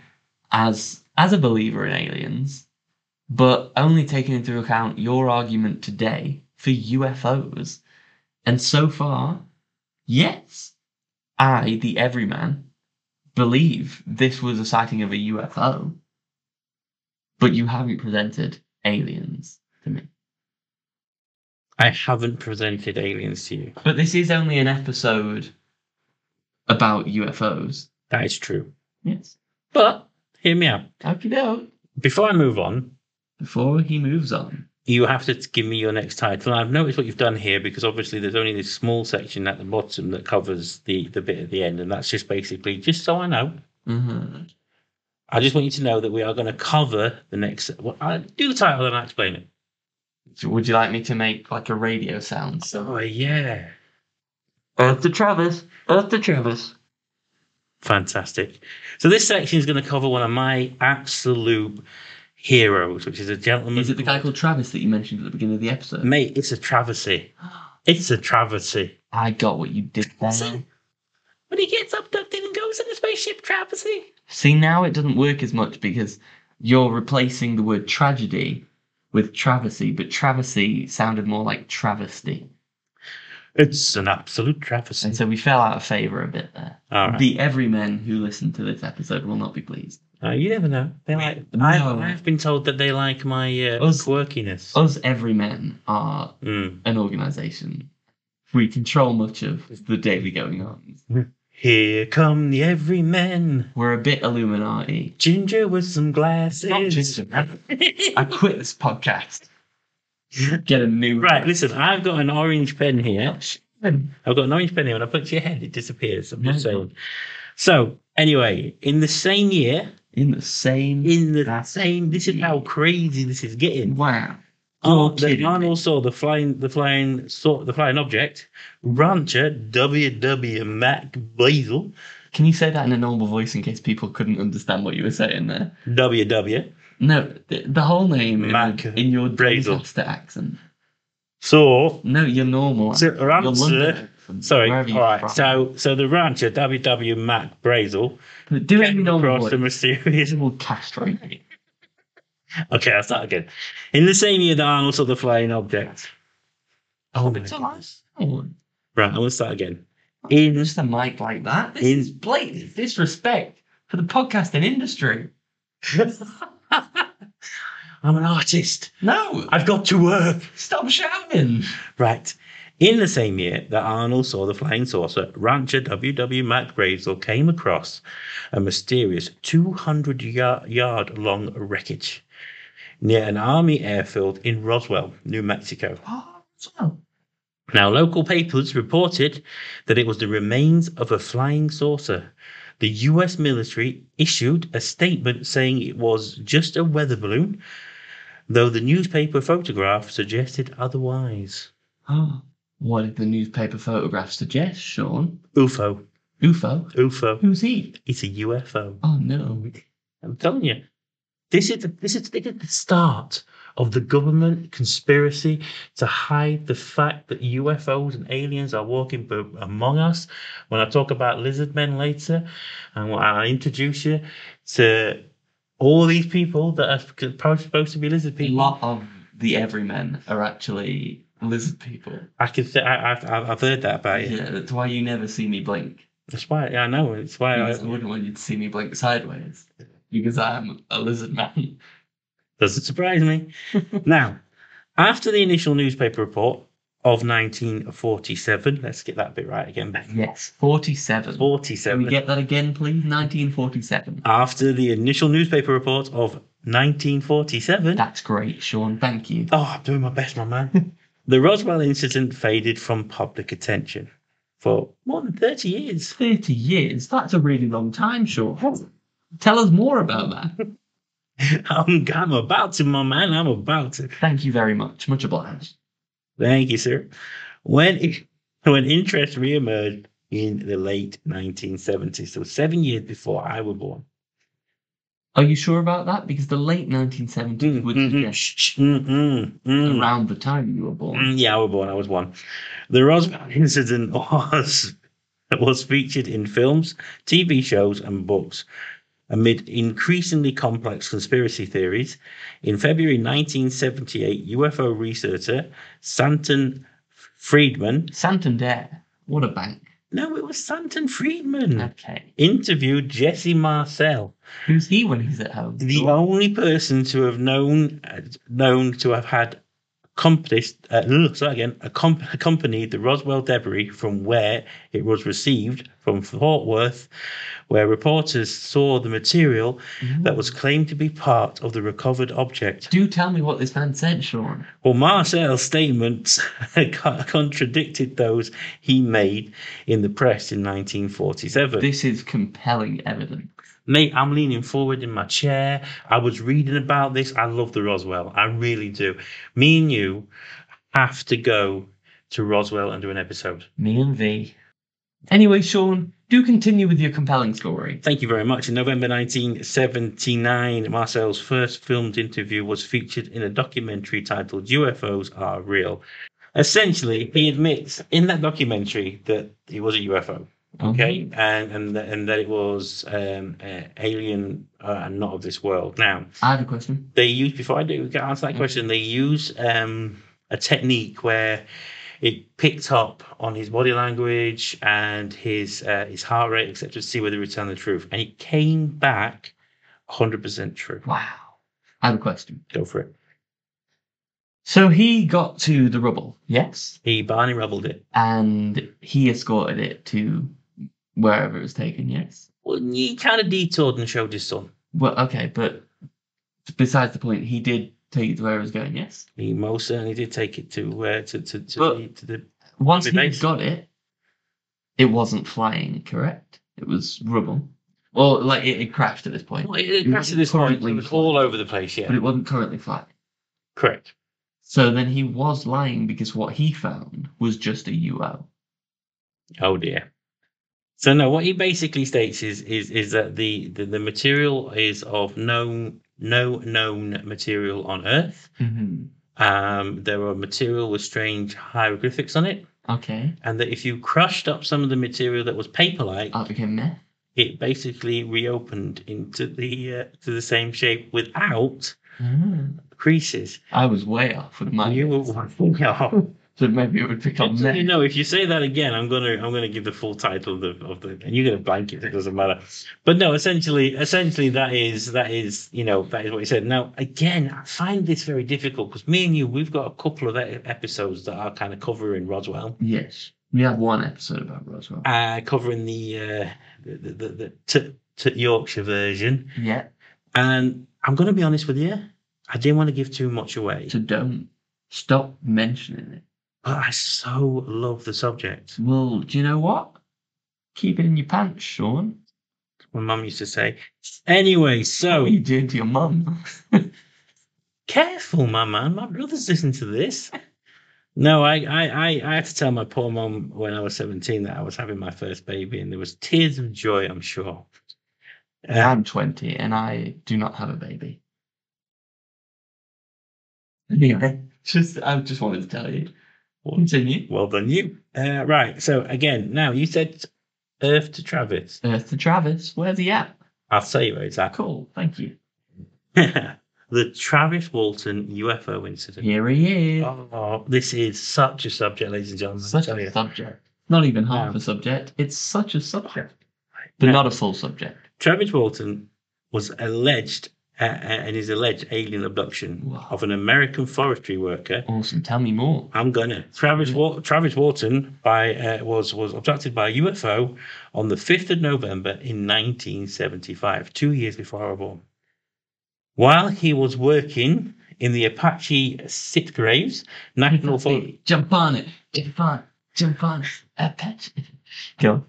[SPEAKER 3] as as a believer in aliens, but only taking into account your argument today for UFOs. And so far, yes, I, the everyman, believe this was a sighting of a UFO. But you haven't presented aliens to me.
[SPEAKER 2] I haven't presented aliens to you.
[SPEAKER 3] But this is only an episode about UFOs.
[SPEAKER 2] That is true.
[SPEAKER 3] Yes.
[SPEAKER 2] But hear me out.
[SPEAKER 3] Okie doke.
[SPEAKER 2] Before I move on,
[SPEAKER 3] Before he moves on.
[SPEAKER 2] you have to give me your next title. And I've noticed what you've done here because obviously there's only this small section at the bottom that covers the, the bit at the end. And that's just basically just so I know.
[SPEAKER 3] Mm-hmm.
[SPEAKER 2] I just want you to know that we are going to cover the next. Well, I do the title and I will explain it.
[SPEAKER 3] Would you like me to make like a radio sound? So
[SPEAKER 2] Oh yeah,
[SPEAKER 3] Earth to Travis. Earth to Travis.
[SPEAKER 2] fantastic! So this section is going to cover one of my absolute heroes, which is a gentleman.
[SPEAKER 3] Is it the guy called Travis that you mentioned at the beginning of the episode?
[SPEAKER 2] Mate, it's a travesty. It's a travesty.
[SPEAKER 3] I got what you did there.
[SPEAKER 2] See? When he gets abducted and goes in a spaceship, travesty.
[SPEAKER 3] See, now it doesn't work as much because you're replacing the word tragedy with travesty, but travesty sounded more like travesty.
[SPEAKER 2] It's an absolute travesty.
[SPEAKER 3] And so we fell out of favour a bit there.
[SPEAKER 2] All right.
[SPEAKER 3] The everymen who listen to this episode will not be pleased.
[SPEAKER 2] Uh, you never know. They like.
[SPEAKER 3] No.
[SPEAKER 2] I, I've been told that they like my uh,
[SPEAKER 3] Us-
[SPEAKER 2] quirkiness.
[SPEAKER 3] Us everymen are
[SPEAKER 2] Mm.
[SPEAKER 3] an organisation. We control much of the daily going on.
[SPEAKER 2] Here come the everymen.
[SPEAKER 3] We're a bit Illuminati.
[SPEAKER 2] Ginger with some glasses.
[SPEAKER 3] Not ginger, man. I quit this podcast. Get a new
[SPEAKER 2] Right, listen, I've got an orange pen here.
[SPEAKER 3] Um,
[SPEAKER 2] I've got an orange pen here. When I put it to your head, it disappears. I'm just
[SPEAKER 3] Yeah.
[SPEAKER 2] saying. So, anyway, in the same year,
[SPEAKER 3] in the same.
[SPEAKER 2] in the
[SPEAKER 3] That's-
[SPEAKER 2] same, this is how crazy this is getting.
[SPEAKER 3] wow.
[SPEAKER 2] Oh,
[SPEAKER 3] kidding
[SPEAKER 2] the
[SPEAKER 3] me.
[SPEAKER 2] Arnold saw the flying, the flying, saw the flying object. Rancher W.W. Mac Blazel
[SPEAKER 3] Can you say that in a normal voice in case people couldn't understand what you were saying there?
[SPEAKER 2] W.W.
[SPEAKER 3] No, the, the whole name in,
[SPEAKER 2] Mac
[SPEAKER 3] in your
[SPEAKER 2] Brazel.
[SPEAKER 3] disaster accent.
[SPEAKER 2] saw.
[SPEAKER 3] No, your normal.
[SPEAKER 2] So
[SPEAKER 3] accent. your
[SPEAKER 2] Rancher,
[SPEAKER 3] London accent,
[SPEAKER 2] sorry,
[SPEAKER 3] wherever
[SPEAKER 2] all
[SPEAKER 3] you're
[SPEAKER 2] right.
[SPEAKER 3] from.
[SPEAKER 2] So, so the rancher W.W. Mac Brazel
[SPEAKER 3] But do it in
[SPEAKER 2] came
[SPEAKER 3] your normal
[SPEAKER 2] across
[SPEAKER 3] voice.
[SPEAKER 2] the mysterious
[SPEAKER 3] It will castrate you.
[SPEAKER 2] Okay, I'll start again. In the same year that Arnold saw the flying object.
[SPEAKER 3] Oh,
[SPEAKER 2] my
[SPEAKER 3] it's on.
[SPEAKER 2] Right, I'm gonna start again.
[SPEAKER 3] In
[SPEAKER 2] In
[SPEAKER 3] Oh, just a mic like that. This
[SPEAKER 2] In-
[SPEAKER 3] is blatant disrespect for the podcasting industry.
[SPEAKER 2] I'm an artist.
[SPEAKER 3] No,
[SPEAKER 2] I've got to work.
[SPEAKER 3] stop shouting.
[SPEAKER 2] Right. In the same year that Arnold saw the flying saucer, rancher W.W. Mac Brazel came across a mysterious 200 yard, yard long wreckage near an army airfield in Roswell, New Mexico.
[SPEAKER 3] Oh, so-
[SPEAKER 2] Now, local papers reported that it was the remains of a flying saucer. The US military issued a statement saying it was just a weather balloon, though the newspaper photograph suggested otherwise.
[SPEAKER 3] Oh, what did the newspaper photograph suggest, Sean?
[SPEAKER 2] UFO,
[SPEAKER 3] UFO.
[SPEAKER 2] UFO,
[SPEAKER 3] Who's he?
[SPEAKER 2] it's a UFO.
[SPEAKER 3] Oh no.
[SPEAKER 2] I'm telling you, this is the, this is this is the start of the government conspiracy to hide the fact that UFOs and aliens are walking b- among us. When I talk about lizard men later, and when I introduce you to all these people that are c- pro- supposed to be lizard
[SPEAKER 3] A
[SPEAKER 2] people,
[SPEAKER 3] lot of the everymen are actually lizard people.
[SPEAKER 2] I can say I, I've I've I've heard that about you.
[SPEAKER 3] Yeah, that's why you never see me blink.
[SPEAKER 2] That's why I know. It's why
[SPEAKER 3] I
[SPEAKER 2] I,
[SPEAKER 3] wouldn't want you to see me blink sideways because I'm a lizard man.
[SPEAKER 2] Doesn't surprise me. now, after the initial newspaper report of 1947, let's get that bit right again, Ben.
[SPEAKER 3] Yes, 47. Can
[SPEAKER 2] 47.
[SPEAKER 3] we get that again, please? 1947.
[SPEAKER 2] after the initial newspaper report of 1947.
[SPEAKER 3] That's great, Sean. Thank you.
[SPEAKER 2] oh, I'm doing my best, my man. the Roswell incident faded from public attention for more than 30 years.
[SPEAKER 3] 30 years. That's a really long time, Sean. Tell us more about that.
[SPEAKER 2] I'm, I'm about to, my man. I'm about to.
[SPEAKER 3] Thank you very much. Much obliged.
[SPEAKER 2] Thank you, sir. When it- when interest reemerged in the late 1970s, so seven years before I was born.
[SPEAKER 3] Are you sure about that? Because the late 1970s would
[SPEAKER 2] Mm, mm,
[SPEAKER 3] suggest
[SPEAKER 2] Mm-mm, mm.
[SPEAKER 3] around the time you were born.
[SPEAKER 2] Mm, Yeah, I was born. I was one. The Roswell incident was that was featured in films, TV shows, and books. Amid increasingly complex conspiracy theories, in February 1978, UFO researcher Santon Friedman,
[SPEAKER 3] Santander. What a bank.
[SPEAKER 2] no, it was Santon Friedman,
[SPEAKER 3] Okay.
[SPEAKER 2] interviewed Jesse Marcel,
[SPEAKER 3] Who's he when he's at home?
[SPEAKER 2] the only person to have known uh, known to have had accomplished uh, ugh, sorry again accom- accompanied the Roswell debris from where it was received from Fort Worth, where reporters saw the material that was claimed to be part of the recovered object.
[SPEAKER 3] Do tell me what this man said, Sean.
[SPEAKER 2] Well, Marcel's statements co- contradicted those he made in the press in 1947.
[SPEAKER 3] This is compelling evidence.
[SPEAKER 2] Mate, I'm leaning forward in my chair. I was reading about this. I love the Roswell. I really do. Me and you have to go to Roswell and do an episode.
[SPEAKER 3] Me and V. Anyway, Sean, do continue with your compelling story.
[SPEAKER 2] Thank you very much. In November 1979, Marcel's first filmed interview was featured in a documentary titled UFOs Are Real. Essentially, he admits in that documentary that it was a UFO. okay
[SPEAKER 3] Um,
[SPEAKER 2] and and th- and that it was um uh, alien uh, and not of this world now
[SPEAKER 3] I have a question.
[SPEAKER 2] they use before i do get answer that
[SPEAKER 3] Mm.
[SPEAKER 2] question they use um a technique where it picked up on his body language and his uh, his heart rate etc to see whether it's telling the truth and it came back 100% true
[SPEAKER 3] Wow. I have a question.
[SPEAKER 2] go for it
[SPEAKER 3] So he got to the rubble, yes,
[SPEAKER 2] he barney rubbled it
[SPEAKER 3] and he escorted it to wherever it was taken, yes.
[SPEAKER 2] well he kind of detoured and showed his son
[SPEAKER 3] Well, okay, but besides the point, he did take it to where it was going, yes.
[SPEAKER 2] he most certainly did take it to uh, to to to,
[SPEAKER 3] But-
[SPEAKER 2] the, to the
[SPEAKER 3] Once
[SPEAKER 2] Be
[SPEAKER 3] he
[SPEAKER 2] nice.
[SPEAKER 3] got it, it wasn't flying, correct? It was rubble, or like it, it crashed at this point,
[SPEAKER 2] well, it, it
[SPEAKER 3] was
[SPEAKER 2] crashed at this point.
[SPEAKER 3] currently
[SPEAKER 2] It was all over the place. Yeah,
[SPEAKER 3] but it wasn't currently flying.
[SPEAKER 2] correct.
[SPEAKER 3] So then he was lying because what he found was just a UO.
[SPEAKER 2] Oh dear. So no, what he basically states is is is that the the, the material is of no no known material on Earth.
[SPEAKER 3] Mm-hmm.
[SPEAKER 2] Um, there are material with strange hieroglyphics on it,
[SPEAKER 3] Okay,
[SPEAKER 2] and that if you crushed up some of the material that was paper-like,
[SPEAKER 3] I became meth.
[SPEAKER 2] it basically reopened into the uh, to the same shape without creases.
[SPEAKER 3] I was way off with my.
[SPEAKER 2] Ah. You were
[SPEAKER 3] So maybe it would pick up
[SPEAKER 2] Actually,
[SPEAKER 3] meth.
[SPEAKER 2] no, if you say that again, I'm gonna I'm gonna give the full title of the of the and you're gonna blank it, it doesn't matter. But no, essentially essentially that is that is you know that is what he said. Now again, I find this very difficult because me and you we've got a couple of e- episodes that are kind of covering Roswell.
[SPEAKER 3] Yes, we have one episode about Roswell.
[SPEAKER 2] Uh covering the uh the the, the, the t- t- Yorkshire version.
[SPEAKER 3] yeah,
[SPEAKER 2] And I'm gonna be honest with you, I didn't want to give too much away.
[SPEAKER 3] so don't stop mentioning it.
[SPEAKER 2] But I so love the subject.
[SPEAKER 3] Well, do you know what? Keep it in your pants, Sean.
[SPEAKER 2] My mum used to say. Anyway, so
[SPEAKER 3] What are you doing to your mum?
[SPEAKER 2] careful, my man. My brother's listening to this. No, I, I, I, I had to tell my poor mum when I was 17 that I was having my first baby, and there was tears of joy, I'm sure. Uh,
[SPEAKER 3] I'm 20 and I do not have a baby. Anyway, just I just wanted to tell you. Continue.
[SPEAKER 2] well done, you. Uh, right. So again, now you said Earth to Travis.
[SPEAKER 3] Earth to Travis, where's he at?
[SPEAKER 2] I'll tell you where it's at.
[SPEAKER 3] Cool, thank you.
[SPEAKER 2] the Travis Walton UFO incident.
[SPEAKER 3] Here he is.
[SPEAKER 2] Oh, this is such a subject, ladies and gentlemen. I
[SPEAKER 3] such
[SPEAKER 2] tell you. Um,
[SPEAKER 3] a subject. Not even half
[SPEAKER 2] No.
[SPEAKER 3] a subject. It's such a subject, but
[SPEAKER 2] No.
[SPEAKER 3] not a full subject.
[SPEAKER 2] Travis Walton was alleged uh, uh, and his alleged alien abduction
[SPEAKER 3] Wow.
[SPEAKER 2] of an American forestry worker.
[SPEAKER 3] Awesome. Tell me more.
[SPEAKER 2] I'm gonna Travis Wa- Travis Walton by uh, was was abducted by a UFO on the 5th of November in 1975, two years before I was born. While he was working in the Apache Sitgraves National Forest,
[SPEAKER 3] Hey, Jump on it. Jump on. Jump on. Apache. Go.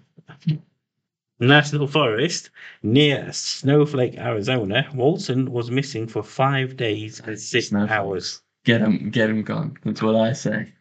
[SPEAKER 2] National Forest near Snowflake, Arizona, Walton was missing for five days and six
[SPEAKER 3] Snowflake.
[SPEAKER 2] hours.
[SPEAKER 3] Get him. Get him gone. That's what I say.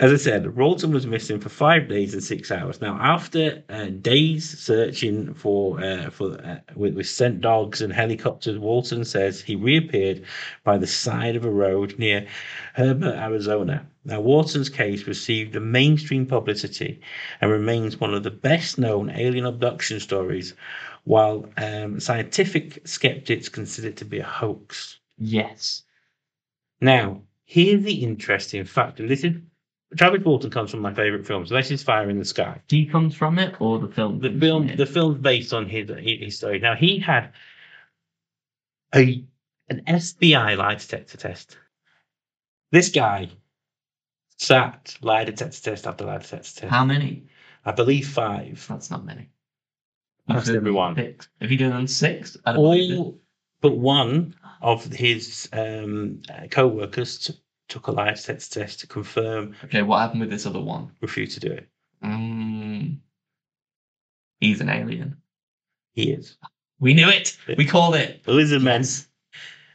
[SPEAKER 2] As I said, Rolton was missing for five days and six hours. Now, after uh, days searching for uh, for uh, with, with scent dogs and helicopters, Walton says he reappeared by the side of a road near Herbert, Arizona. Now, Walton's case received the mainstream publicity and remains one of the best known alien abduction stories, while um, scientific skeptics consider it to be a hoax.
[SPEAKER 3] Yes.
[SPEAKER 2] Now, here's the interesting fact. and This is Travis Walton comes from my favourite film, so this is Fire in the Sky.
[SPEAKER 3] He comes from it, or the film?
[SPEAKER 2] The
[SPEAKER 3] comes
[SPEAKER 2] film,
[SPEAKER 3] from it?
[SPEAKER 2] the film's based on his his story. Now he had a an FBI lie detector test. This guy sat lie detector test after lie detector test.
[SPEAKER 3] How many?
[SPEAKER 2] I believe five.
[SPEAKER 3] That's not many.
[SPEAKER 2] That's
[SPEAKER 3] You've done
[SPEAKER 2] everyone.
[SPEAKER 3] Six. Have you done six? I don't believe it.
[SPEAKER 2] All but one of his um, uh, co-workers t- took a lie detector test to confirm,
[SPEAKER 3] Okay, what happened with this other one?
[SPEAKER 2] refused to do it.
[SPEAKER 3] Mm, he's an alien.
[SPEAKER 2] He is.
[SPEAKER 3] We knew it. We called it.
[SPEAKER 2] The lizard men.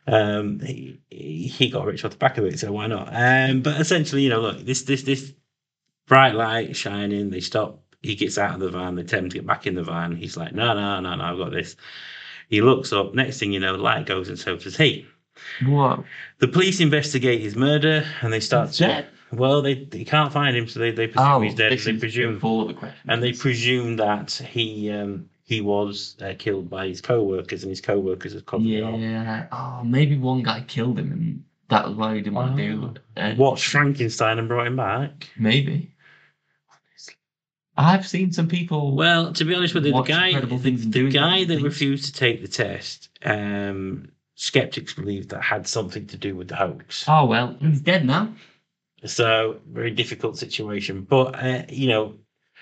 [SPEAKER 2] Um, he, he he got rich off the back of it, so why not? Um, but essentially, you know, look, this this this bright light shining. They stop. He gets out of the van. They tell him to get back in the van. He's like, no, no, no, no, I've got this. He looks up. Next thing you know, the light goes, and so does he.
[SPEAKER 3] Whoa.
[SPEAKER 2] The police investigate his murder, and they start
[SPEAKER 3] He's
[SPEAKER 2] to.
[SPEAKER 3] dead.
[SPEAKER 2] Well, they, they can't find him, so they they presume he's dead.
[SPEAKER 3] Oh, this
[SPEAKER 2] They
[SPEAKER 3] is
[SPEAKER 2] presume
[SPEAKER 3] full of the questions.
[SPEAKER 2] and they presume that he um, he was uh, killed by his co-workers, and his co-workers have covered it up.
[SPEAKER 3] Yeah. Oh, maybe one guy killed him, and that guy didn't
[SPEAKER 2] Oh.
[SPEAKER 3] want to do. Uh,
[SPEAKER 2] watched Frankenstein and brought him back.
[SPEAKER 3] Maybe. I've seen some people.
[SPEAKER 2] Well, to be honest with you, the
[SPEAKER 3] Watched
[SPEAKER 2] guy, the,
[SPEAKER 3] Incredible Things and
[SPEAKER 2] the
[SPEAKER 3] doing
[SPEAKER 2] guy
[SPEAKER 3] Incredible
[SPEAKER 2] that
[SPEAKER 3] Things.
[SPEAKER 2] refused to take the test, um, skeptics believe that had something to do with the hoax.
[SPEAKER 3] oh well, he's dead now.
[SPEAKER 2] So very difficult situation, but uh, you know.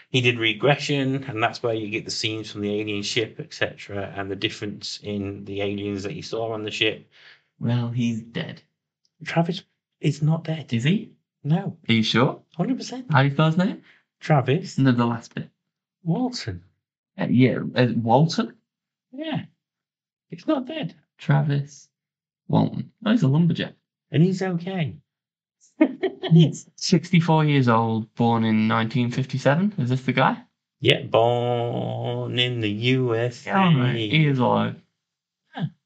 [SPEAKER 2] He did regression, and that's where you get the scenes from the alien ship, etc., and the difference in the aliens that he saw on the ship.
[SPEAKER 3] Well, he's dead.
[SPEAKER 2] Travis is not dead.
[SPEAKER 3] Is he?
[SPEAKER 2] No,
[SPEAKER 3] Are you sure?
[SPEAKER 2] hundred percent.
[SPEAKER 3] How do you spell his name?
[SPEAKER 2] Travis
[SPEAKER 3] No, the last bit.
[SPEAKER 2] Walton.
[SPEAKER 3] Uh, yeah, uh, Walton.
[SPEAKER 2] Yeah, he's not dead,
[SPEAKER 3] Travis Walton. Oh, he's a lumberjack.
[SPEAKER 2] and he's okay.
[SPEAKER 3] He's 64 years old, born in 1957. Is this the guy?
[SPEAKER 2] Yeah, born in the USA.
[SPEAKER 3] He is alive.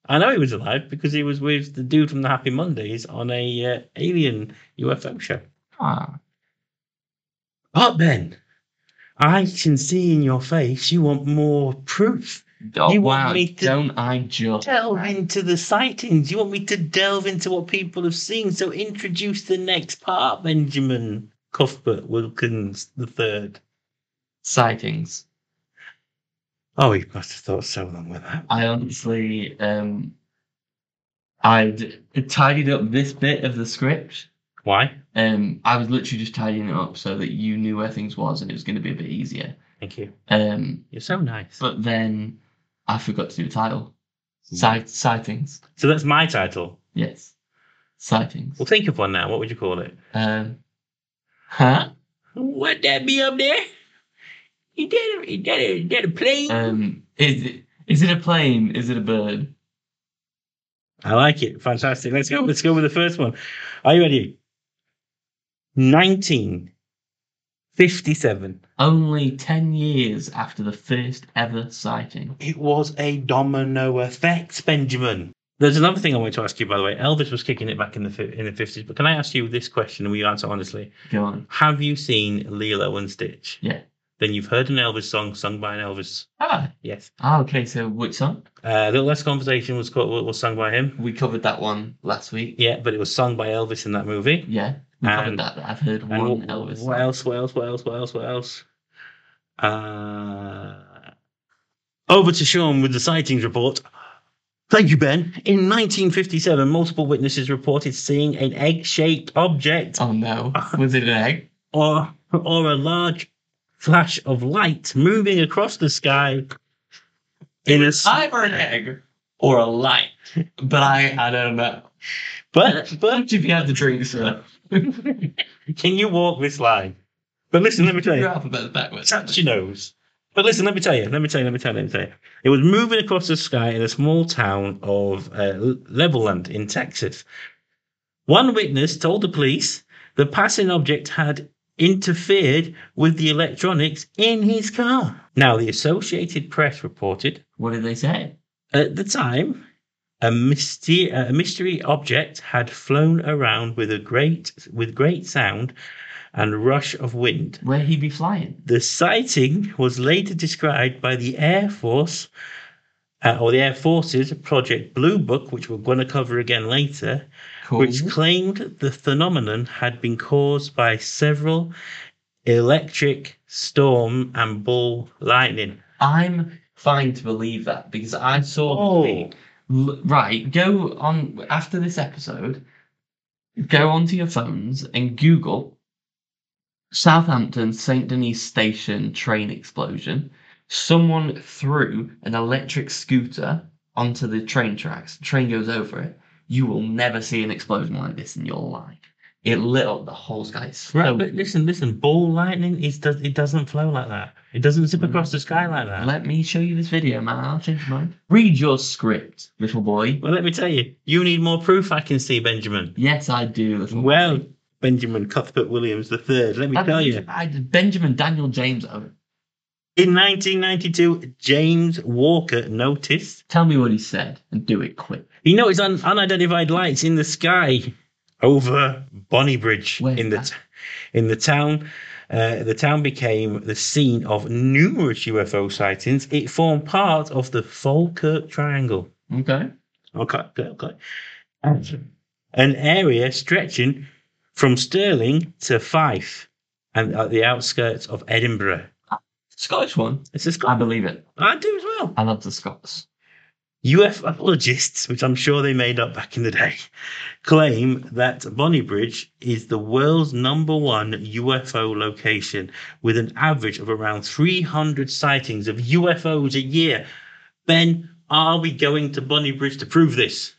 [SPEAKER 2] I know he was alive because he was with the dude from the Happy Mondays on a uh, alien UFO show.
[SPEAKER 3] Ah,
[SPEAKER 2] But Ben, I can see in your face you want more proof.
[SPEAKER 3] oh,
[SPEAKER 2] You want
[SPEAKER 3] wow.
[SPEAKER 2] me to-
[SPEAKER 3] Don't I just?
[SPEAKER 2] Delve into the sightings. You want me to delve into what people have seen. So introduce the next part, Benjamin Cuthbert Wilkins the third.
[SPEAKER 3] Sightings.
[SPEAKER 2] Oh, he must have thought so long with that.
[SPEAKER 3] I honestly, um, I'd tidied up this bit of the script.
[SPEAKER 2] Why?
[SPEAKER 3] Um, I was literally just tidying it up so that you knew where things was and it was going to be a bit easier.
[SPEAKER 2] Thank you.
[SPEAKER 3] Um,
[SPEAKER 2] You're so nice.
[SPEAKER 3] but then I forgot to do the title. Sight sightings.
[SPEAKER 2] So that's my title.
[SPEAKER 3] Yes, sightings.
[SPEAKER 2] Well, think of one now. What would you call it?
[SPEAKER 3] Um, huh?
[SPEAKER 2] What that be up there? Is that a, is that a, is that a plane?
[SPEAKER 3] Um, is it is it a plane? Is it a bird?
[SPEAKER 2] I like it. Fantastic. Let's go. Let's go with the first one. Are you ready? 1957.
[SPEAKER 3] Only ten years after the first ever sighting.
[SPEAKER 2] It was a domino effect, Benjamin. There's another thing I wanted to ask you, by the way. Elvis was kicking it back in the fi- in the 50s, but can I ask you this question and will you answer honestly?
[SPEAKER 3] Go on.
[SPEAKER 2] Have you seen Lilo and Stitch?
[SPEAKER 3] Yeah.
[SPEAKER 2] Then you've heard an Elvis song sung by an Elvis.
[SPEAKER 3] Ah.
[SPEAKER 2] Yes.
[SPEAKER 3] ah okay. So which song?
[SPEAKER 2] Uh, Little Less Conversation was, co- was sung by him.
[SPEAKER 3] We covered that one last week.
[SPEAKER 2] Yeah, but it was sung by Elvis in that movie.
[SPEAKER 3] Yeah, we
[SPEAKER 2] And-
[SPEAKER 3] covered that. I've heard
[SPEAKER 2] And
[SPEAKER 3] one
[SPEAKER 2] what, What
[SPEAKER 3] Elvis. song.
[SPEAKER 2] else? What else? What else? What else? What else? Uh, over to Sean with the sightings report. Thank you, Ben. In 1957, multiple witnesses reported seeing an egg-shaped object
[SPEAKER 3] Oh no, was it an egg?
[SPEAKER 2] or or a large flash of light moving across the sky in a s-
[SPEAKER 3] Either an egg or a light, but I I don't know.
[SPEAKER 2] but but
[SPEAKER 3] Don't you be able to drink, sir?
[SPEAKER 2] can you walk this line? But listen, let me tell you.
[SPEAKER 3] Your alphabet's backwards.
[SPEAKER 2] touch your nose. But listen, let me tell you, let me tell you, let me tell you, let me tell you. It was moving across the sky in a small town of uh, L- Levelland in Texas. One witness told the police the passing object had interfered with the electronics in his car. Now, the Associated Press reported
[SPEAKER 3] What did they say?
[SPEAKER 2] at the time, a, myste- a mystery object had flown around with a great with great sound and rush of wind.
[SPEAKER 3] Where'd he be flying?
[SPEAKER 2] The sighting was later described by the Air Force uh, or the Air Force's Project Blue Book, which we're going to cover again later,
[SPEAKER 3] Cool.
[SPEAKER 2] which claimed the phenomenon had been caused by several electric storm and ball lightning.
[SPEAKER 3] I'm fine to believe that because I
[SPEAKER 2] Oh,
[SPEAKER 3] saw the thing. L- Right, go on after this episode. Go onto your phones and Google Southampton St Denis Station train explosion. Someone threw an electric scooter onto the train tracks. The train goes over it. You will never see an explosion like this in your life. It lit up the whole sky. It's so
[SPEAKER 2] Right, but listen, listen. Ball lightning is does it doesn't flow like that. It doesn't zip
[SPEAKER 3] Mm.
[SPEAKER 2] across the sky like that.
[SPEAKER 3] Let me show you this video, man. I'll change mine. Read your script, little boy.
[SPEAKER 2] well, let me tell you, you need more proof. I can see Benjamin.
[SPEAKER 3] Yes, I do. Little
[SPEAKER 2] Well,
[SPEAKER 3] boy.
[SPEAKER 2] Benjamin Cuthbert Williams III. Let me
[SPEAKER 3] I-
[SPEAKER 2] tell you,
[SPEAKER 3] I, Benjamin Daniel James. Oh,
[SPEAKER 2] in 1992, James Walker noticed
[SPEAKER 3] tell me what he said and do it quick.
[SPEAKER 2] he noticed un- unidentified lights in the sky over Bonnie Bridge
[SPEAKER 3] Where
[SPEAKER 2] in the
[SPEAKER 3] that?
[SPEAKER 2] t- in the town. Uh, the town became the scene of numerous UFO sightings. It formed part of the Falkirk Triangle.
[SPEAKER 3] Okay.
[SPEAKER 2] Okay, okay, okay. An area stretching from Stirling to Fife and at the outskirts of Edinburgh.
[SPEAKER 3] Scottish one.
[SPEAKER 2] It's a
[SPEAKER 3] I
[SPEAKER 2] Scot.
[SPEAKER 3] believe it.
[SPEAKER 2] I do as well.
[SPEAKER 3] I love the Scots.
[SPEAKER 2] UFOlogists, which I'm sure they made up back in the day, claim that Bonnie Bridge is the world's number one UFO location with an average of around 300 sightings of UFOs a year. Ben, are we going to Bonnie Bridge to prove this?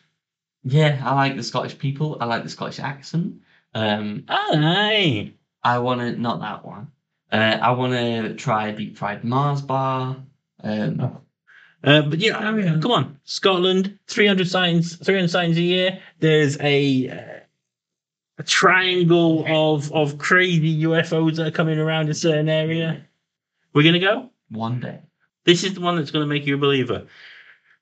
[SPEAKER 3] Yeah, I like the Scottish people. I like the Scottish accent. Um,
[SPEAKER 2] Aye.
[SPEAKER 3] I want to not that one. Uh, I want to try a deep fried Mars bar. Um,
[SPEAKER 2] Uh, but yeah,
[SPEAKER 3] Oh, yeah.
[SPEAKER 2] come on, Scotland, three hundred signs, three hundred signs a year. There's a uh, a triangle of of crazy UFOs that are coming around a certain area. We're gonna go.
[SPEAKER 3] One day.
[SPEAKER 2] This is the one that's gonna make you a believer.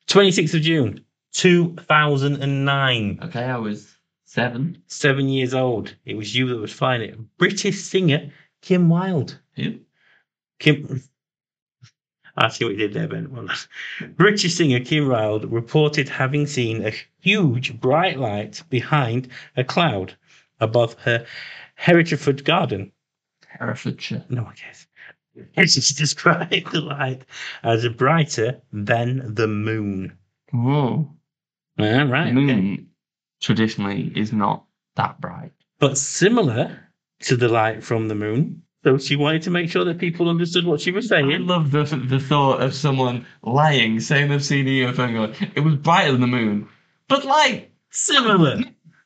[SPEAKER 2] Twenty sixth of June, two thousand and nine.
[SPEAKER 3] Okay, I was seven.
[SPEAKER 2] Seven years old. It was you that was flying it. British singer Kim Wilde.
[SPEAKER 3] Who?
[SPEAKER 2] Kim. I see what you did there, Ben. Well done. British singer Kim Wilde reported having seen a huge bright light behind a cloud above her Herefordshire garden.
[SPEAKER 3] Herefordshire.
[SPEAKER 2] No one cares. She described the light as brighter than the moon.
[SPEAKER 3] Whoa.
[SPEAKER 2] All
[SPEAKER 3] The
[SPEAKER 2] Ah, right.
[SPEAKER 3] moon
[SPEAKER 2] okay.
[SPEAKER 3] traditionally is not that bright.
[SPEAKER 2] But similar to the light from the moon. So she wanted to make sure that people understood what she was
[SPEAKER 3] I
[SPEAKER 2] saying.
[SPEAKER 3] love the the thought of someone lying, saying they've seen a UFO and going, it was brighter than the moon. But like
[SPEAKER 2] similar.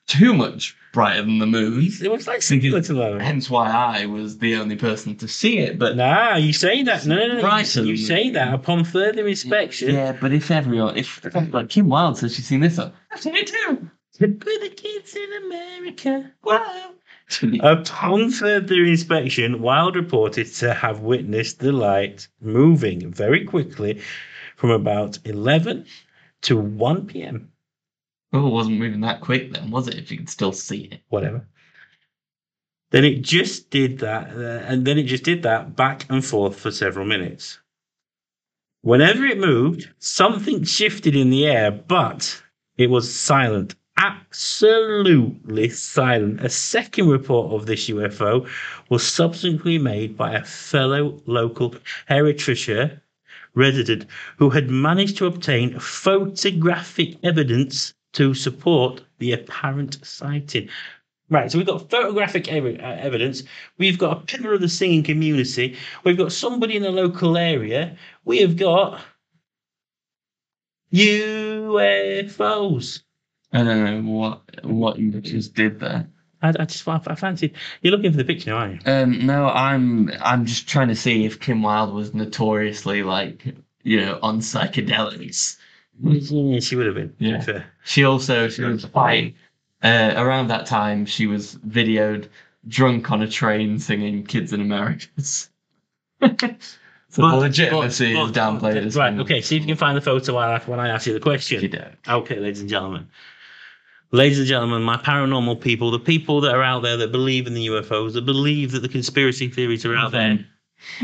[SPEAKER 3] too much brighter than the moon.
[SPEAKER 2] It was like similar to the moon.
[SPEAKER 3] Hence why I was the only person to see it. But
[SPEAKER 2] Nah, you say that. No, no, no.
[SPEAKER 3] Brighton.
[SPEAKER 2] You say that upon further inspection.
[SPEAKER 3] Yeah, but if everyone if like Kim Wilde says she's seen this one, I've seen it too.
[SPEAKER 2] Look at the kids in America.
[SPEAKER 3] Wow.
[SPEAKER 2] Upon further inspection, Wild reported to have witnessed the light moving very quickly from about 11 to 1 p.m.
[SPEAKER 3] Oh, it wasn't moving that quick then, was it? If you could still see it.
[SPEAKER 2] Whatever. Then it just did that, uh, and then it just did that back and forth for several minutes. Whenever it moved, something shifted in the air, but it was silent. Absolutely silent. A second report of this UFO was subsequently made by a fellow local Herefordshire resident who had managed to obtain photographic evidence to support the apparent sighting. Right, so we've got photographic evi- uh, evidence. We've got a pillar of the singing community. We've got somebody in the local area. We have got UFOs.
[SPEAKER 3] I don't know what what you just did there.
[SPEAKER 2] I, I just I, I fancied you're looking for the picture, now, aren't you?
[SPEAKER 3] Um, no, I'm I'm just trying to see if Kim Wilde was notoriously like you know on psychedelics.
[SPEAKER 2] Yeah, she would have been. to be
[SPEAKER 3] Mm. Yeah.
[SPEAKER 2] fair.
[SPEAKER 3] She also she was fine. Uh, around that time, she was videoed drunk on a train singing "Kids in Americas." so the
[SPEAKER 2] But-
[SPEAKER 3] legitimacy
[SPEAKER 2] but-
[SPEAKER 3] is
[SPEAKER 2] but-
[SPEAKER 3] downplayed. as
[SPEAKER 2] Right,
[SPEAKER 3] well.
[SPEAKER 2] okay, see if you can find the photo while I, when I ask you the question.
[SPEAKER 3] You don't.
[SPEAKER 2] Okay, ladies and gentlemen. Ladies and gentlemen, my paranormal people, the people that are out there that believe in the UFOs, that believe that the conspiracy theories are out
[SPEAKER 3] Mm-hmm.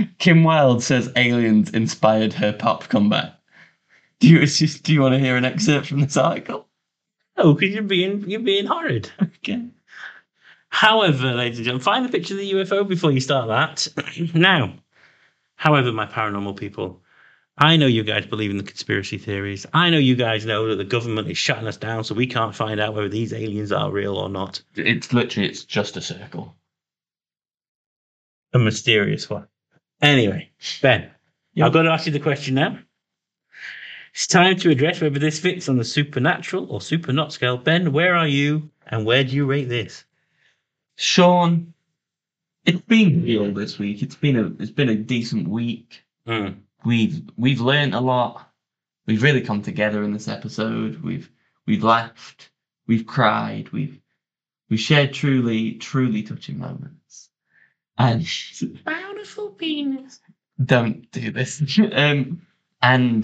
[SPEAKER 2] there.
[SPEAKER 3] Kim Wilde says aliens inspired her pop comeback. Do you it's just- do you want to hear an excerpt from this article?
[SPEAKER 2] Oh, because you're being you're being horrid.
[SPEAKER 3] Okay.
[SPEAKER 2] However, ladies and gentlemen, find the picture of the UFO before you start that. now, however, my paranormal people, I know you guys believe in the conspiracy theories. I know you guys know that the government is shutting us down, so we can't find out whether these aliens are real or not.
[SPEAKER 3] It's literally it's just a circle.
[SPEAKER 2] A mysterious one. Anyway, Ben,
[SPEAKER 3] Yeah.
[SPEAKER 2] I've got to ask you the question now. It's time to address whether this fits on the supernatural or super not scale. Ben, where are you and where do you rate this?
[SPEAKER 3] Sean, it's been real this week. It's been a it's been a decent week. We've we've learned a lot. We've really come together in this episode. We've we've laughed. We've cried. We've we've shared truly truly touching moments. And
[SPEAKER 2] Bountiful penis.
[SPEAKER 3] don't do this. um, and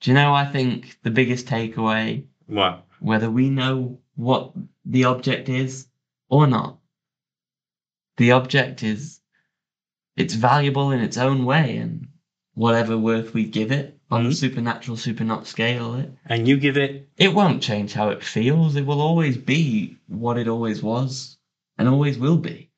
[SPEAKER 3] do you know? I think the biggest takeaway,
[SPEAKER 2] What?
[SPEAKER 3] whether we know what the object is or not, the object is it's valuable in its own way, and whatever worth we give it on the
[SPEAKER 2] Mhm.
[SPEAKER 3] supernatural, super not scale, it
[SPEAKER 2] And you give it
[SPEAKER 3] it won't change how it feels. It will always be what it always was, and always will be.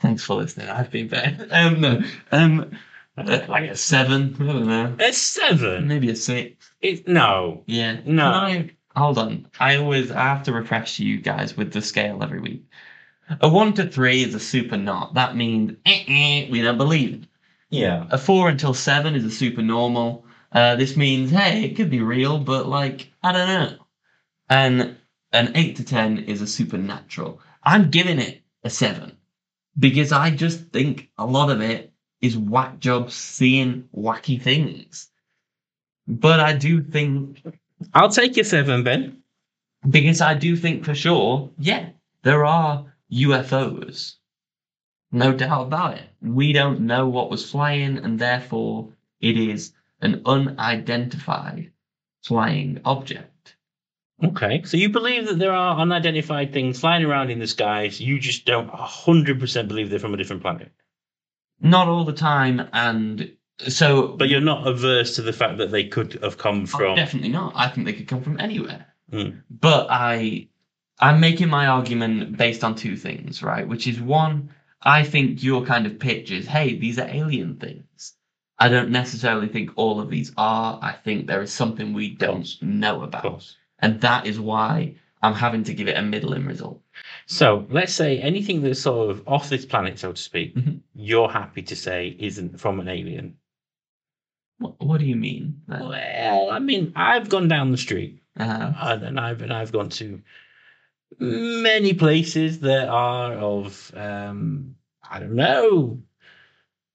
[SPEAKER 3] Thanks for listening. I've been better. Um, no, um, uh, like a seven. I don't know.
[SPEAKER 2] a seven.
[SPEAKER 3] Maybe a six.
[SPEAKER 2] It, no.
[SPEAKER 3] Yeah.
[SPEAKER 2] No.
[SPEAKER 3] Can I, hold on. I always I have to refresh you guys with the scale every week. A one to three is a super not. That means eh, eh, we don't believe it.
[SPEAKER 2] Yeah.
[SPEAKER 3] A four until seven is a super normal. Uh, this means hey, it could be real, but like I don't know. And an eight to ten is a supernatural. I'm giving it a seven because I just think a lot of it is whack jobs seeing wacky things. But I do think
[SPEAKER 2] I'll take your seven, Ben.
[SPEAKER 3] because I do think for sure, yeah, there are UFOs. No doubt about it. We don't know what was flying, and therefore it is an unidentified flying object.
[SPEAKER 2] Okay. So you believe that there are unidentified things flying around in the skies. You just don't 100% believe they're from a different planet.
[SPEAKER 3] Not all the time, and so.
[SPEAKER 2] But you're not averse to the fact that they could have come
[SPEAKER 3] Oh,
[SPEAKER 2] from.
[SPEAKER 3] definitely not. I think they could come from anywhere.
[SPEAKER 2] Mm.
[SPEAKER 3] But I, I'm making my argument based on two things, right? Which is one, I think your kind of pitch is, hey, these are alien things. I don't necessarily think all of these are. I think there is something we don't
[SPEAKER 2] course.
[SPEAKER 3] know
[SPEAKER 2] Of
[SPEAKER 3] about,
[SPEAKER 2] course.
[SPEAKER 3] and that is why I'm having to give it a middling result.
[SPEAKER 2] So let's say anything that's sort of off this planet, so to speak,
[SPEAKER 3] Mhm.
[SPEAKER 2] you're happy to say isn't from an alien.
[SPEAKER 3] What, what do you mean? Uh,
[SPEAKER 2] Well, I mean, I've gone down the street
[SPEAKER 3] uh,
[SPEAKER 2] and, and I've and I've gone to many places that are of um, I don't know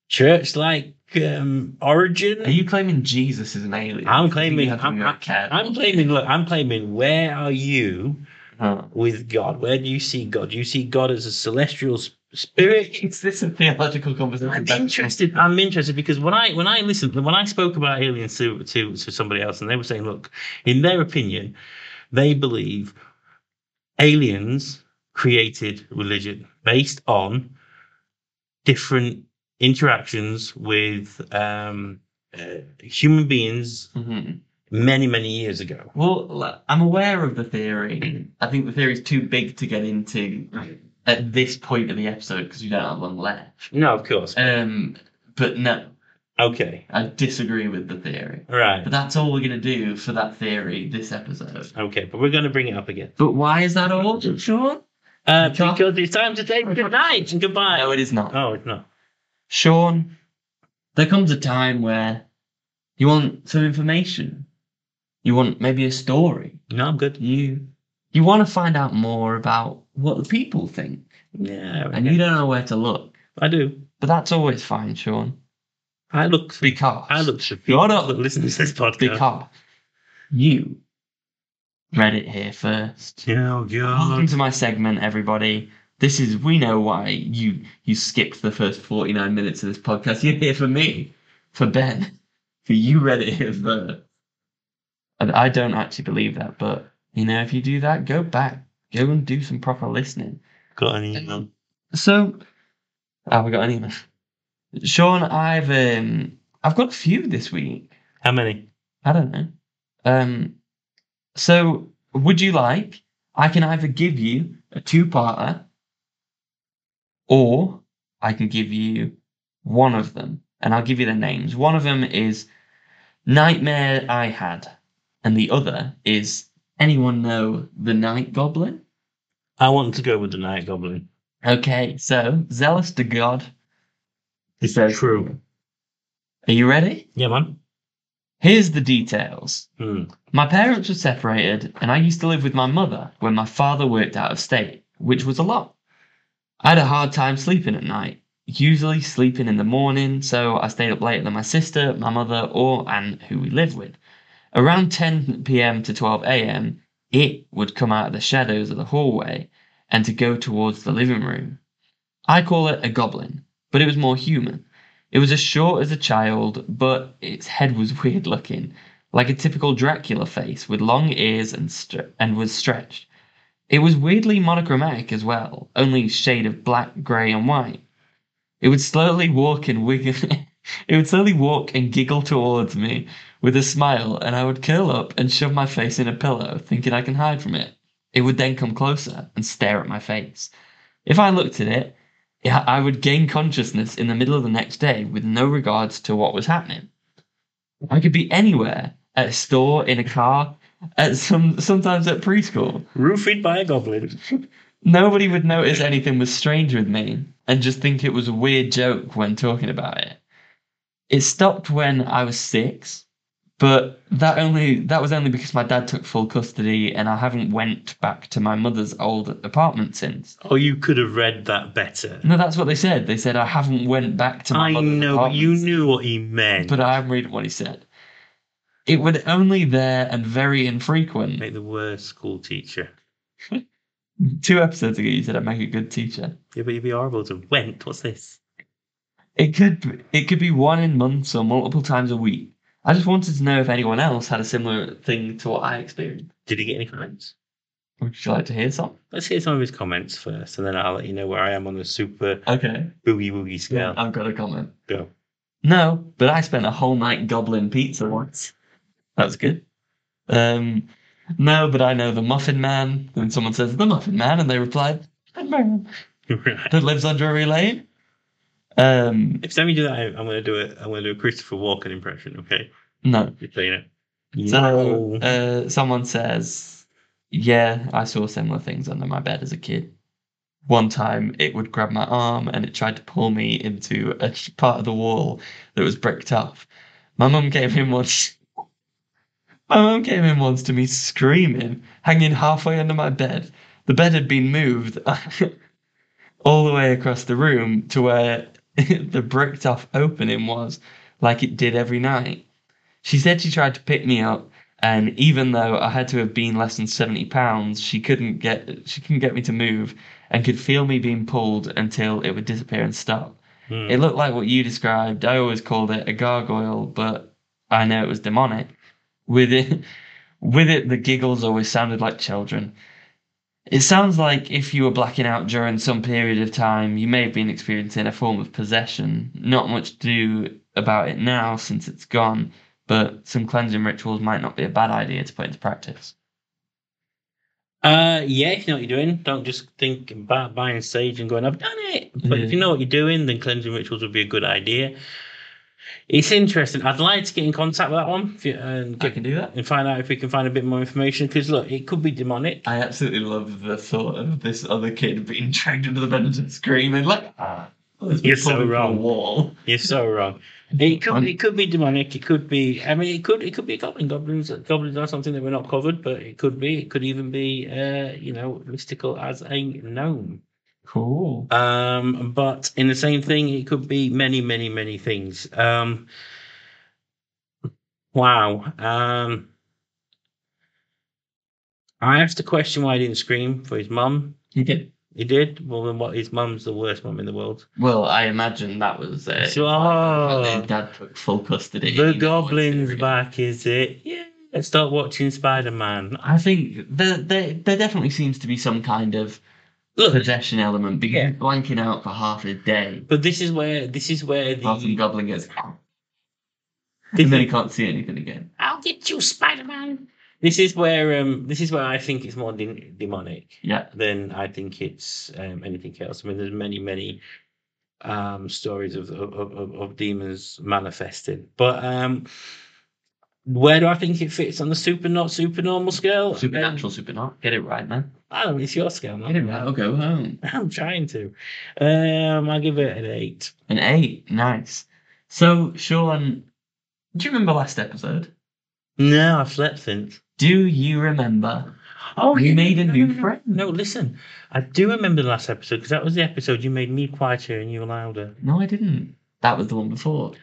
[SPEAKER 2] church-like um, origin.
[SPEAKER 3] are you claiming Jesus is an alien?
[SPEAKER 2] I'm
[SPEAKER 3] You
[SPEAKER 2] claiming-
[SPEAKER 3] have to
[SPEAKER 2] I'm-
[SPEAKER 3] be very careful.
[SPEAKER 2] I'm claiming. Look, I'm claiming. Where are you
[SPEAKER 3] Huh.
[SPEAKER 2] with God? Where do you see God? Do you see God as a celestial s- spirit?
[SPEAKER 3] Is this a theological conversation?
[SPEAKER 2] I'm
[SPEAKER 3] That's-
[SPEAKER 2] interested. I'm interested because when I when I listened when I spoke about aliens to, to to somebody else, and they were saying, look, in their opinion, they believe aliens created religion based on different interactions with um, uh, human beings
[SPEAKER 3] Mhm.
[SPEAKER 2] many many years ago.
[SPEAKER 3] Well, like, I'm aware of the theory. I think the theory is too big to get into at this point of the episode because we don't have long left.
[SPEAKER 2] No, of course.
[SPEAKER 3] Um, but no,
[SPEAKER 2] Okay.
[SPEAKER 3] I disagree with the theory.
[SPEAKER 2] Right.
[SPEAKER 3] But that's all we're gonna do for that theory this episode.
[SPEAKER 2] Okay, but we're going to bring it up again
[SPEAKER 3] But why is that all, Sean?
[SPEAKER 2] uh,
[SPEAKER 3] You can't-
[SPEAKER 2] because it's time to say good night and goodbye.
[SPEAKER 3] No, it is not.
[SPEAKER 2] oh, it's not.
[SPEAKER 3] Sean, there comes a time where you want some information. You want maybe a story.
[SPEAKER 2] No, I'm good.
[SPEAKER 3] You you want to find out more about what the people think,
[SPEAKER 2] Yeah,
[SPEAKER 3] and you don't know where to look.
[SPEAKER 2] I do.
[SPEAKER 3] But that's always fine, Sean.
[SPEAKER 2] I look.
[SPEAKER 3] Because
[SPEAKER 2] I look. for
[SPEAKER 3] You're
[SPEAKER 2] people
[SPEAKER 3] not-
[SPEAKER 2] that listen to this podcast.
[SPEAKER 3] because you Reddit here first.
[SPEAKER 2] Oh,
[SPEAKER 3] Welcome
[SPEAKER 2] God.
[SPEAKER 3] to my segment, everybody. This is we know why you you skipped the first forty nine minutes of this podcast. You're here for me, for Ben, for you read it here first. And I don't actually believe that, but you know, if you do that, go back, go and do some proper listening.
[SPEAKER 2] Got um, an email.
[SPEAKER 3] So, oh, we got an email. Sean, I've um, I've got a few this week.
[SPEAKER 2] How many?
[SPEAKER 3] I don't know. Um, so would you like? I can either give you a two-parter, or I can give you one of them, and I'll give you the names. One of them is "Nightmare I Had," and the other is "Anyone Know the Night Goblin?"
[SPEAKER 2] I want to go with the Night Goblin.
[SPEAKER 3] Okay, so zealous to God. He says,
[SPEAKER 2] true.
[SPEAKER 3] "Are you ready?
[SPEAKER 2] Yeah, man.
[SPEAKER 3] Here's the details."
[SPEAKER 2] Hmm.
[SPEAKER 3] My parents were separated, and I used to live with my mother when my father worked out of state, which was a lot. I had a hard time sleeping at night, usually sleeping in the morning, so I stayed up later than my sister, my mother, or Aunt, who we lived with. Around 10 pm to 12 am, it would come out of the shadows of the hallway and to go towards the living room. I call it a goblin, but it was more human. It was as short as a child, but its head was weird looking like a typical Dracula face with long ears and stre- and was stretched. It was weirdly monochromatic as well, only shade of black, grey, and white. It would slowly walk and wiggle. it would slowly walk and giggle towards me with a smile, and I would curl up and shove my face in a pillow, thinking I can hide from it. It would then come closer and stare at my face. If I looked at it, I I would gain consciousness in the middle of the next day with no regards to what was happening. I could be anywhere at a store, in a car, at some sometimes at preschool.
[SPEAKER 2] Roofied by a goblin.
[SPEAKER 3] Nobody would notice anything was strange with me and just think it was a weird joke when talking about it. It stopped when I was six, but that only that was only because my dad took full custody and I haven't went back to my mother's old apartment since.
[SPEAKER 2] Oh, you could have read that better.
[SPEAKER 3] No, that's what they said. They said I haven't went back to my
[SPEAKER 2] I
[SPEAKER 3] mother's
[SPEAKER 2] know, but
[SPEAKER 3] apartment
[SPEAKER 2] you
[SPEAKER 3] since."
[SPEAKER 2] knew what he meant.
[SPEAKER 3] But uh, I'm reading what he said. It would only there and very infrequent.
[SPEAKER 2] Make the worst school teacher.
[SPEAKER 3] Two episodes ago, you said I'd make a good teacher.
[SPEAKER 2] Yeah, but you'd be horrible to Went. What's this?
[SPEAKER 3] It could b- it could be one in months or multiple times a week. I just wanted to know if anyone else had a similar thing to what I experienced.
[SPEAKER 2] Did he get any comments?
[SPEAKER 3] Would you like to hear some?
[SPEAKER 2] Let's hear some of his comments first, and then I'll let you know where I am on the super
[SPEAKER 3] Okay.
[SPEAKER 2] boogie woogie scale.
[SPEAKER 3] I've got a comment.
[SPEAKER 2] Go.
[SPEAKER 3] No, but I spent a whole night gobbling pizza once. That was good. Um, no, but I know the Muffin Man. Then someone says the Muffin Man, and they replied, "Muffin Man
[SPEAKER 2] right.
[SPEAKER 3] that lives under every lane." Um,
[SPEAKER 2] Next time you do that, I, I'm going to do it. I'm going to do a Christopher Walken impression. Okay,
[SPEAKER 3] no.
[SPEAKER 2] just so you know.
[SPEAKER 3] So
[SPEAKER 2] Yo.
[SPEAKER 3] uh, someone says, Yeah, I saw similar things under my bed as a kid. One time it would grab my arm and it tried to pull me into a sh- part of the wall that was bricked off. My mum came in once. My mum came in once to me screaming, hanging halfway under my bed. The bed had been moved all the way across the room to where the bricked off opening was, like it did every night. She said she tried to pick me up, and even though I had to have been less than seventy pounds, she couldn't get she couldn't get me to move, and could feel me being pulled until it would disappear and stop.
[SPEAKER 2] Hmm.
[SPEAKER 3] It looked like what you described. I always called it a gargoyle, but I know it was demonic. With it, with it, the giggles always sounded like children. It sounds like if you were blacking out during some period of time, you may have been experiencing a form of possession. Not much to do about it now since it's gone, but some cleansing rituals might not be a bad idea to put into practice.
[SPEAKER 2] Uh, yeah, if you know what you're doing, don't just think about buying sage and going, I've done it. But if you know what you're doing, then cleansing rituals would be a good idea. It's interesting. I'd like to get in contact with that one if you- and,
[SPEAKER 3] I
[SPEAKER 2] get,
[SPEAKER 3] can do that.
[SPEAKER 2] and find out if we can find a bit more information. Because look, it could be demonic.
[SPEAKER 3] I absolutely love the thought of this other kid being dragged into the bed and screaming like, ah,
[SPEAKER 2] You're so wrong.
[SPEAKER 3] wall.
[SPEAKER 2] You're so wrong. It could
[SPEAKER 3] Fun.
[SPEAKER 2] it could be demonic. It could be. I mean, it could it could be a goblin. Goblins goblins are something that we're not covered, but it could be. It could even be, uh, you know, mystical as a gnome.
[SPEAKER 3] Cool.
[SPEAKER 2] Um, but in the same thing, it could be many, many, many things. Um, wow. Um, I asked the question why he didn't scream for his mum.
[SPEAKER 3] He did.
[SPEAKER 2] He did. Well, then what? His mum's the worst mum in the world.
[SPEAKER 3] Well, I imagine that was uh,
[SPEAKER 2] So- ah.
[SPEAKER 3] and then Dad took full custody.
[SPEAKER 2] The
[SPEAKER 3] in
[SPEAKER 2] goblin's
[SPEAKER 3] Syria.
[SPEAKER 2] back, is it? Yeah. Let's start watching Spider Man.
[SPEAKER 3] I think there, there there definitely seems to be some kind of
[SPEAKER 2] Look,
[SPEAKER 3] possession element because
[SPEAKER 2] Yeah.
[SPEAKER 3] you're blanking out for half a day,
[SPEAKER 2] but this is where this is where
[SPEAKER 3] half some
[SPEAKER 2] the
[SPEAKER 3] goblin goes, "Ow," and then he can't see anything again.
[SPEAKER 2] I'll get you, Spider Man. This is where um this is where I think it's more de- demonic
[SPEAKER 3] Yeah,
[SPEAKER 2] than I think it's um, anything else. I mean, there's many many um stories of of, of of demons manifesting, but um. Where do I think it fits on the super not supernormal scale? Um,
[SPEAKER 3] supernatural, supernatural. Get it right, man.
[SPEAKER 2] I don't. It's your scale, man.
[SPEAKER 3] Get it right. I'll go home.
[SPEAKER 2] I'm trying to. Um, I'll give it an eight.
[SPEAKER 3] An eight, nice. So Sean, do you remember last episode?
[SPEAKER 2] No, I've slept since.
[SPEAKER 3] Do you remember?
[SPEAKER 2] Oh,
[SPEAKER 3] You
[SPEAKER 2] yeah,
[SPEAKER 3] made a
[SPEAKER 2] no,
[SPEAKER 3] new
[SPEAKER 2] no, no.
[SPEAKER 3] friend.
[SPEAKER 2] No, listen. I do remember the last episode because that was the episode you made me quieter and you were louder.
[SPEAKER 3] No, I didn't. That was the one before,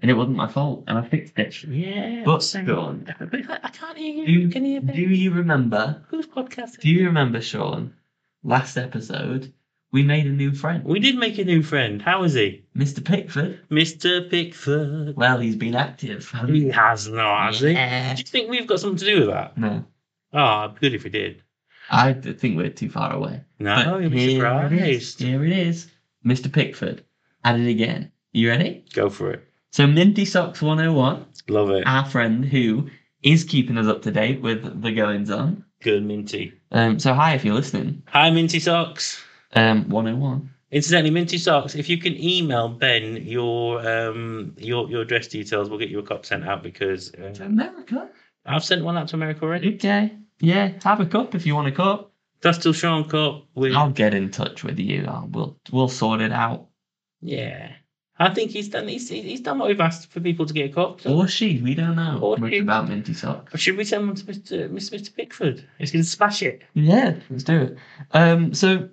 [SPEAKER 3] and it wasn't my fault, and I fixed it.
[SPEAKER 2] Yeah.
[SPEAKER 3] But
[SPEAKER 2] so-
[SPEAKER 3] Sean,
[SPEAKER 2] But I I can't hear you.
[SPEAKER 3] do,
[SPEAKER 2] Can you hear
[SPEAKER 3] do
[SPEAKER 2] me?
[SPEAKER 3] you remember?
[SPEAKER 2] Who's podcasting?
[SPEAKER 3] Do you remember, Sean? Last episode, we made a new friend,
[SPEAKER 2] we did make a new friend. How is he?
[SPEAKER 3] Mr. Pickford.
[SPEAKER 2] Mr. Pickford.
[SPEAKER 3] Well, he's been active. hasn't
[SPEAKER 2] He has not, has he?
[SPEAKER 3] Yeah.
[SPEAKER 2] Do you think we've got something to do with that?
[SPEAKER 3] No,
[SPEAKER 2] Oh, I'd be good if we did.
[SPEAKER 3] I d- think we're too far away.
[SPEAKER 2] No,
[SPEAKER 3] But
[SPEAKER 2] Oh, you'll be
[SPEAKER 3] Uh, here it is.
[SPEAKER 2] surprised.
[SPEAKER 3] Here it is, Mr. Pickford. At it again. You ready?
[SPEAKER 2] Go for it.
[SPEAKER 3] So, Minty Socks 101,
[SPEAKER 2] Love it.
[SPEAKER 3] our friend who is keeping us up to date with the goings on.
[SPEAKER 2] Good minty.
[SPEAKER 3] Um, so, hi if you're listening.
[SPEAKER 2] Hi, Minty Socks.
[SPEAKER 3] Um, 101.
[SPEAKER 2] Incidentally, Minty Socks, if you can email Ben your um your your address details, we'll get you a cop sent out because uh,
[SPEAKER 3] America.
[SPEAKER 2] I've sent one out to America already.
[SPEAKER 3] Okay. Yeah, have a cup if you want a cup.
[SPEAKER 2] That's still Sean Cup with
[SPEAKER 3] I'll get in touch with you. I'll, we'll we'll sort it out.
[SPEAKER 2] yeah. I think he's done he's he's done what we've asked for people to get a cop. So
[SPEAKER 3] Or she, we don't know
[SPEAKER 2] Or
[SPEAKER 3] much
[SPEAKER 2] she.
[SPEAKER 3] about Minty Socks.
[SPEAKER 2] should we send one to Mr. Mr. Mr. Pickford? He's gonna smash it.
[SPEAKER 3] Yeah, let's do it. Um, so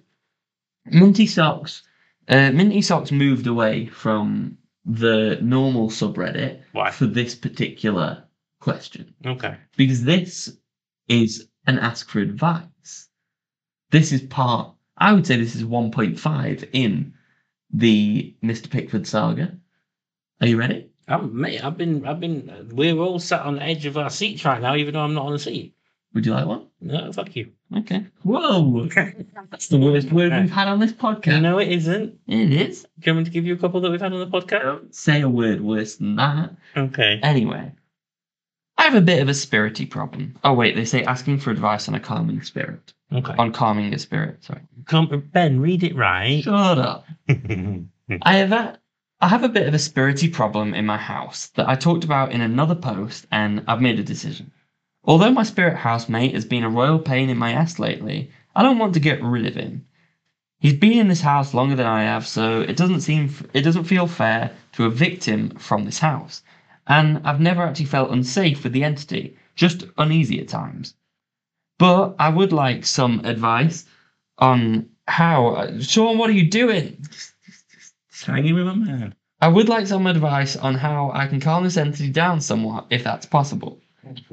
[SPEAKER 3] Minty Socks, uh, Minty Socks moved away from the normal subreddit
[SPEAKER 2] Why?
[SPEAKER 3] for this particular question
[SPEAKER 2] Okay.
[SPEAKER 3] because this is an ask for advice. This is part. I would say this is 1.5 in the Mr. Pickford saga. Are you ready?
[SPEAKER 2] I'm mate, I've been I've been we're all sat on the edge of our seats right now, even though I'm not on the seat.
[SPEAKER 3] Would you like one?
[SPEAKER 2] No, fuck you.
[SPEAKER 3] Okay. Whoa. That's the worst word we've had on this podcast.
[SPEAKER 2] No, it isn't.
[SPEAKER 3] It is.
[SPEAKER 2] Do you want me to give you a couple that we've had on the podcast?
[SPEAKER 3] Don't say a word worse than that.
[SPEAKER 2] Okay.
[SPEAKER 3] Anyway, I have a bit of a spirity problem. Oh, wait, they say asking for advice on a calming spirit.
[SPEAKER 2] Okay.
[SPEAKER 3] On calming a spirit, sorry.
[SPEAKER 2] Come, ben, read it right.
[SPEAKER 3] Shut up.
[SPEAKER 2] okay.
[SPEAKER 3] I have a, I have a bit of a spirity problem in my house that I talked about in another post, and I've made a decision. Although my spirit housemate has been a royal pain in my ass lately, I don't want to get rid of him. He's been in this house longer than I have, so it doesn't seem f- it doesn't feel fair to evict him from this house. And I've never actually felt unsafe with the entity, just uneasy at times. But I would like some advice on how Sean, what are you doing?
[SPEAKER 2] Hanging with my man.
[SPEAKER 3] I would like some advice on how I can calm this entity down somewhat, if that's possible.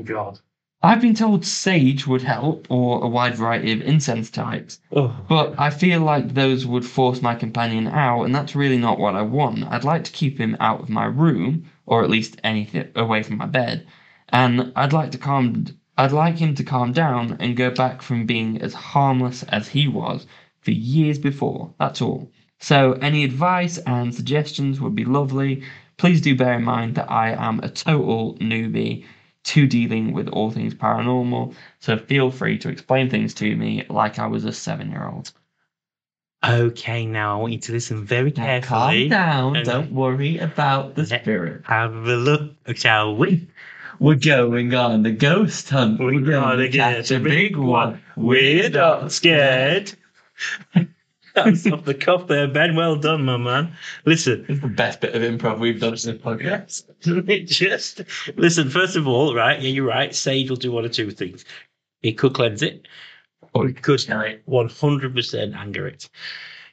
[SPEAKER 2] God.
[SPEAKER 3] I've been told sage would help, or a wide variety of incense types,
[SPEAKER 2] Oh.
[SPEAKER 3] but I feel like those would force my companion out, and that's really not what I want. I'd like to keep him out of my room, or at least anything away from my bed, and I'd like to calm. I'd like him to calm down and go back from being as harmless as he was for years before. That's all. So, any advice and suggestions would be lovely. Please do bear in mind that I am a total newbie to dealing with all things paranormal, so feel free to explain things to me like I was a seven year old.
[SPEAKER 2] Okay, now I want you to listen very
[SPEAKER 3] Now, calm
[SPEAKER 2] carefully.
[SPEAKER 3] down,
[SPEAKER 2] and-
[SPEAKER 3] don't worry about the
[SPEAKER 2] Yeah.
[SPEAKER 3] spirit.
[SPEAKER 2] Have a look, shall we?
[SPEAKER 3] We're going on the ghost hunt.
[SPEAKER 2] We're gonna get
[SPEAKER 3] catch
[SPEAKER 2] a big one. We're not scared. That's off the cuff there, Ben. Well done, my man. Listen,
[SPEAKER 3] It's the best bit of improv we've done in the podcast.
[SPEAKER 2] it just listen. First of all, right? Yeah, you're right. Sage will do one or two things. It could cleanse it, or it could
[SPEAKER 3] Right.
[SPEAKER 2] 100% anger it.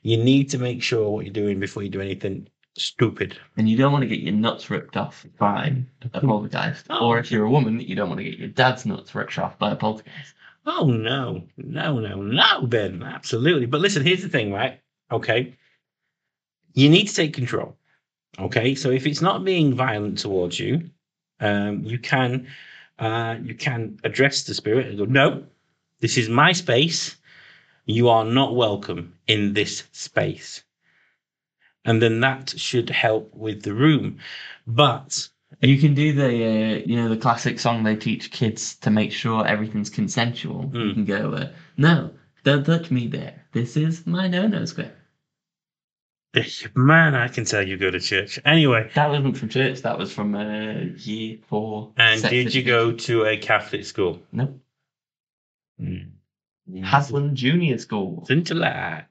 [SPEAKER 2] You need to make sure what you're doing before you do anything stupid.
[SPEAKER 3] And you don't want to get your nuts ripped off by a poltergeist.
[SPEAKER 2] Oh.
[SPEAKER 3] Or if you're a woman, you don't want to get your dad's nuts ripped off by a poltergeist.
[SPEAKER 2] Oh no, no, no, no, Ben. Absolutely. But listen, here's the thing, right? Okay. You need to take control. Okay. So if it's not being violent towards you, um, you can uh, you can address the spirit and go, no, this is my space. You are not welcome in this space. And then that should help with the room. But
[SPEAKER 3] You can do the uh, you know the classic song they teach kids to make sure everything's consensual. You
[SPEAKER 2] Mm.
[SPEAKER 3] can go, uh, no, don't touch me there. This is my no-no square.
[SPEAKER 2] man, I can tell you go to church. Anyway,
[SPEAKER 3] That wasn't from church. That was from uh, year four.
[SPEAKER 2] and
[SPEAKER 3] sex
[SPEAKER 2] did you go to a Catholic school?
[SPEAKER 3] education. No, Haslam Junior School.
[SPEAKER 2] It's in July.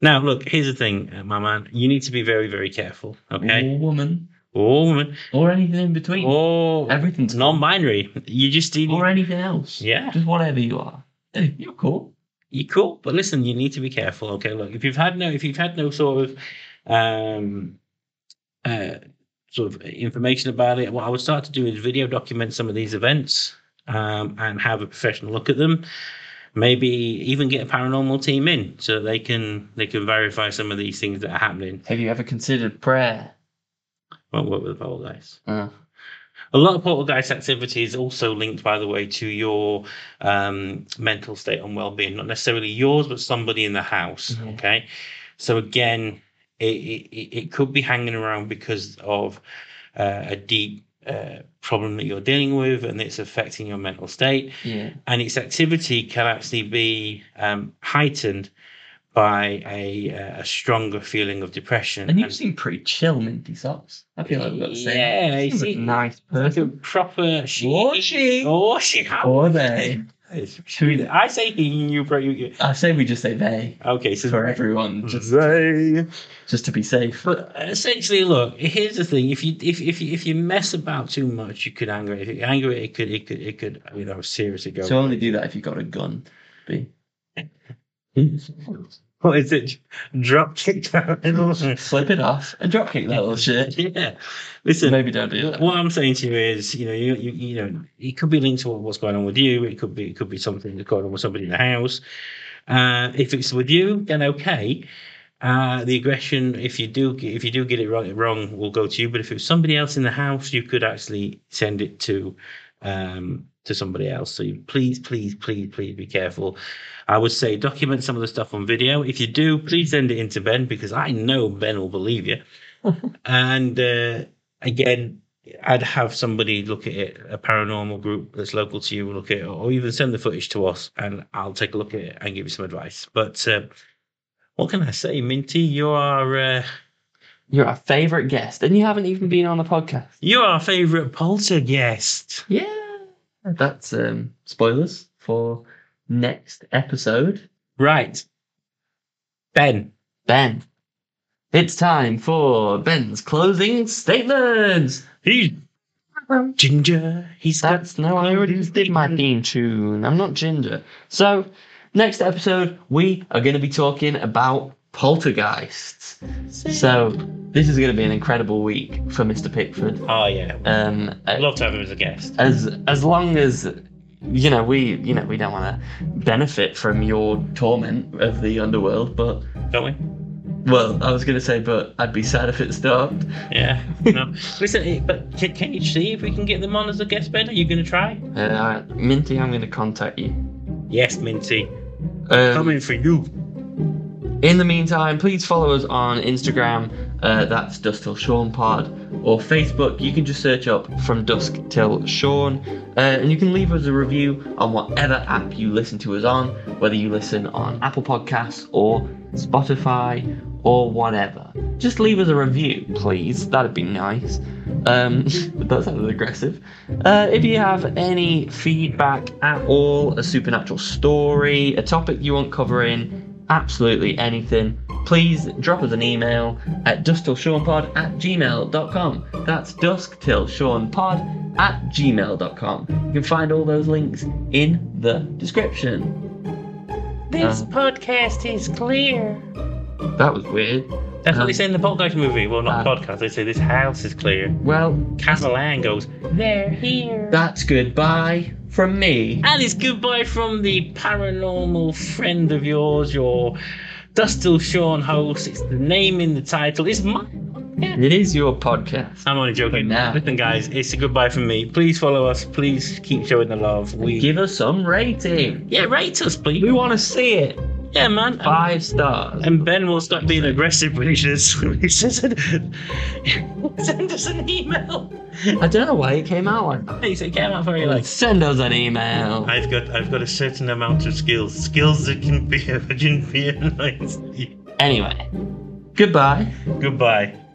[SPEAKER 2] Now, look, here's the thing, uh, my man. You need to be very, very careful. Okay.
[SPEAKER 3] Or woman,
[SPEAKER 2] Oh, woman.
[SPEAKER 3] or anything in between.
[SPEAKER 2] Oh,
[SPEAKER 3] Everything's
[SPEAKER 2] it's non-binary. You just need.
[SPEAKER 3] cool. or anything else.
[SPEAKER 2] Yeah,
[SPEAKER 3] Just whatever you are. Hey, you're cool.
[SPEAKER 2] you're cool, but listen, you need to be careful. Okay, look, if you've had no, if you've had no sort of, um, uh, sort of information about it, what I would start to do is video document some of these events, um, and have a professional look at them. Maybe even get a paranormal team in so that they can they can verify some of these things that are happening.
[SPEAKER 3] Have you ever considered prayer?
[SPEAKER 2] Won't work with the polar guys.
[SPEAKER 3] Uh,
[SPEAKER 2] A lot of portal dice activity is also linked, by the way, to your um, mental state and well-being, not necessarily yours, but somebody in the house.
[SPEAKER 3] Mhm.
[SPEAKER 2] Okay, so again, it, it it- it could be hanging around because of uh, a deep uh, problem that you're dealing with, and it's affecting your mental state.
[SPEAKER 3] yeah.
[SPEAKER 2] And its activity can actually be um, heightened by a, uh, a stronger feeling of depression.
[SPEAKER 3] And you
[SPEAKER 2] and-
[SPEAKER 3] seem pretty chill, Minty Socks. I feel like we've got the same.
[SPEAKER 2] Yeah, you
[SPEAKER 3] Seems like
[SPEAKER 2] see-
[SPEAKER 3] a nice
[SPEAKER 2] like a
[SPEAKER 3] person.
[SPEAKER 2] proper she.
[SPEAKER 3] Or she.
[SPEAKER 2] Oh, she. How
[SPEAKER 3] Or they.
[SPEAKER 2] is she? I say he, you, bro. You, you.
[SPEAKER 3] I say we just say they
[SPEAKER 2] Okay, so
[SPEAKER 3] for everyone, just
[SPEAKER 2] they.
[SPEAKER 3] just to be safe.
[SPEAKER 2] Mm-hmm. But essentially, look. Here's the thing: if you if if you, if you mess about too much, you could anger it. If you anger it, it could it could it could you know seriously go.
[SPEAKER 3] So only do that if you've got a gun. B.
[SPEAKER 2] what is it? Drop kick down.
[SPEAKER 3] Slip it off and drop kick that little shit.
[SPEAKER 2] yeah. Listen.
[SPEAKER 3] Maybe don't do that.
[SPEAKER 2] What I'm saying to you is, you know, you, you you know, it could be linked to what's going on with you. It could be it could be something that's going on with somebody in the house. Uh, if it's with you, then okay. Uh, the aggression, if you do get- if you do get it right wrong, will go to you. But if it's somebody else in the house, you could actually send it to um, to somebody else. So you, please, please, please, please be careful. I would say document some of the stuff on video. If you do, please send it in to Ben because I know Ben will believe you. and uh, again, I'd have somebody look at it, a paranormal group that's local to you, look at it, or even send the footage to us, and I'll take a look at it and give you some advice. But uh, what can I say, Minty? You are uh,
[SPEAKER 3] You're our favourite guest, and you haven't even been on the podcast.
[SPEAKER 2] you are our favourite poltergeist.
[SPEAKER 3] Yeah, that's um spoilers for next episode.
[SPEAKER 2] Right, Ben.
[SPEAKER 3] Ben, it's time for Ben's closing statements.
[SPEAKER 2] He's ginger. He's got
[SPEAKER 3] That's no, I already did my theme tune. I'm not ginger. So, next episode, we are going to be talking about poltergeists. So, this is going to be an incredible week for Mr. Pickford.
[SPEAKER 2] Oh yeah,
[SPEAKER 3] Um,
[SPEAKER 2] I'd love to have him as a guest.
[SPEAKER 3] as as long as you know we you know we don't want to benefit from your torment of the underworld but
[SPEAKER 2] Don't we?
[SPEAKER 3] well i was going to say but i'd be sad if it stopped
[SPEAKER 2] Yeah. No. Listen, eh, but can, can you see if we can get them on as a guest, Ben? Are you going to try?
[SPEAKER 3] uh, all right, minty i'm going to contact you
[SPEAKER 2] Yes, Minty.
[SPEAKER 3] um,
[SPEAKER 2] for you.
[SPEAKER 3] in the meantime please follow us on instagram uh, that's dusk till Shawn pod or facebook you can just search up from dusk till Shawn, uh, and you can leave us a review on whatever app you listen to us on whether you listen on apple podcasts or spotify or whatever. Just leave us a review, please. That'd be nice. Um, that sounded aggressive. Uh, if you have any feedback at all, a supernatural story, a topic you want covering, absolutely anything, please drop us an email at dusktillshawnpod at gmail.com. That's dusktillshawnpod at gmail.com. You can find all those links in the description.
[SPEAKER 4] This
[SPEAKER 3] Uh.
[SPEAKER 4] podcast is clear.
[SPEAKER 3] That was weird.
[SPEAKER 2] That's what
[SPEAKER 3] Um,
[SPEAKER 2] they say in the Poltergeist movie. Well, not
[SPEAKER 3] uh,
[SPEAKER 2] podcast. They say this house is clear.
[SPEAKER 3] Well,
[SPEAKER 2] Catalan goes,
[SPEAKER 4] They're here.
[SPEAKER 3] that's goodbye. from me.
[SPEAKER 2] And it's goodbye from the paranormal friend of yours, your Dustal Sean host. It's the name in the title. It's my.
[SPEAKER 3] It is your podcast.
[SPEAKER 2] I'm only joking.
[SPEAKER 3] But now-
[SPEAKER 2] Listen, guys, it's a goodbye from me. Please follow us. Please keep showing the love. We
[SPEAKER 3] Give us some rating.
[SPEAKER 2] yeah, rate us, please.
[SPEAKER 3] We want to see it.
[SPEAKER 2] Yeah, man.
[SPEAKER 3] Five stars.
[SPEAKER 2] And Ben will stop being aggressive when he says, when he says send us an email.
[SPEAKER 3] I don't know why it came out like that.
[SPEAKER 2] He said, "Get out for you." Like,
[SPEAKER 3] Send us an email.
[SPEAKER 2] I've got I've got a certain amount of skills, skills that can be can be a nice.
[SPEAKER 3] Anyway, goodbye.
[SPEAKER 2] Goodbye.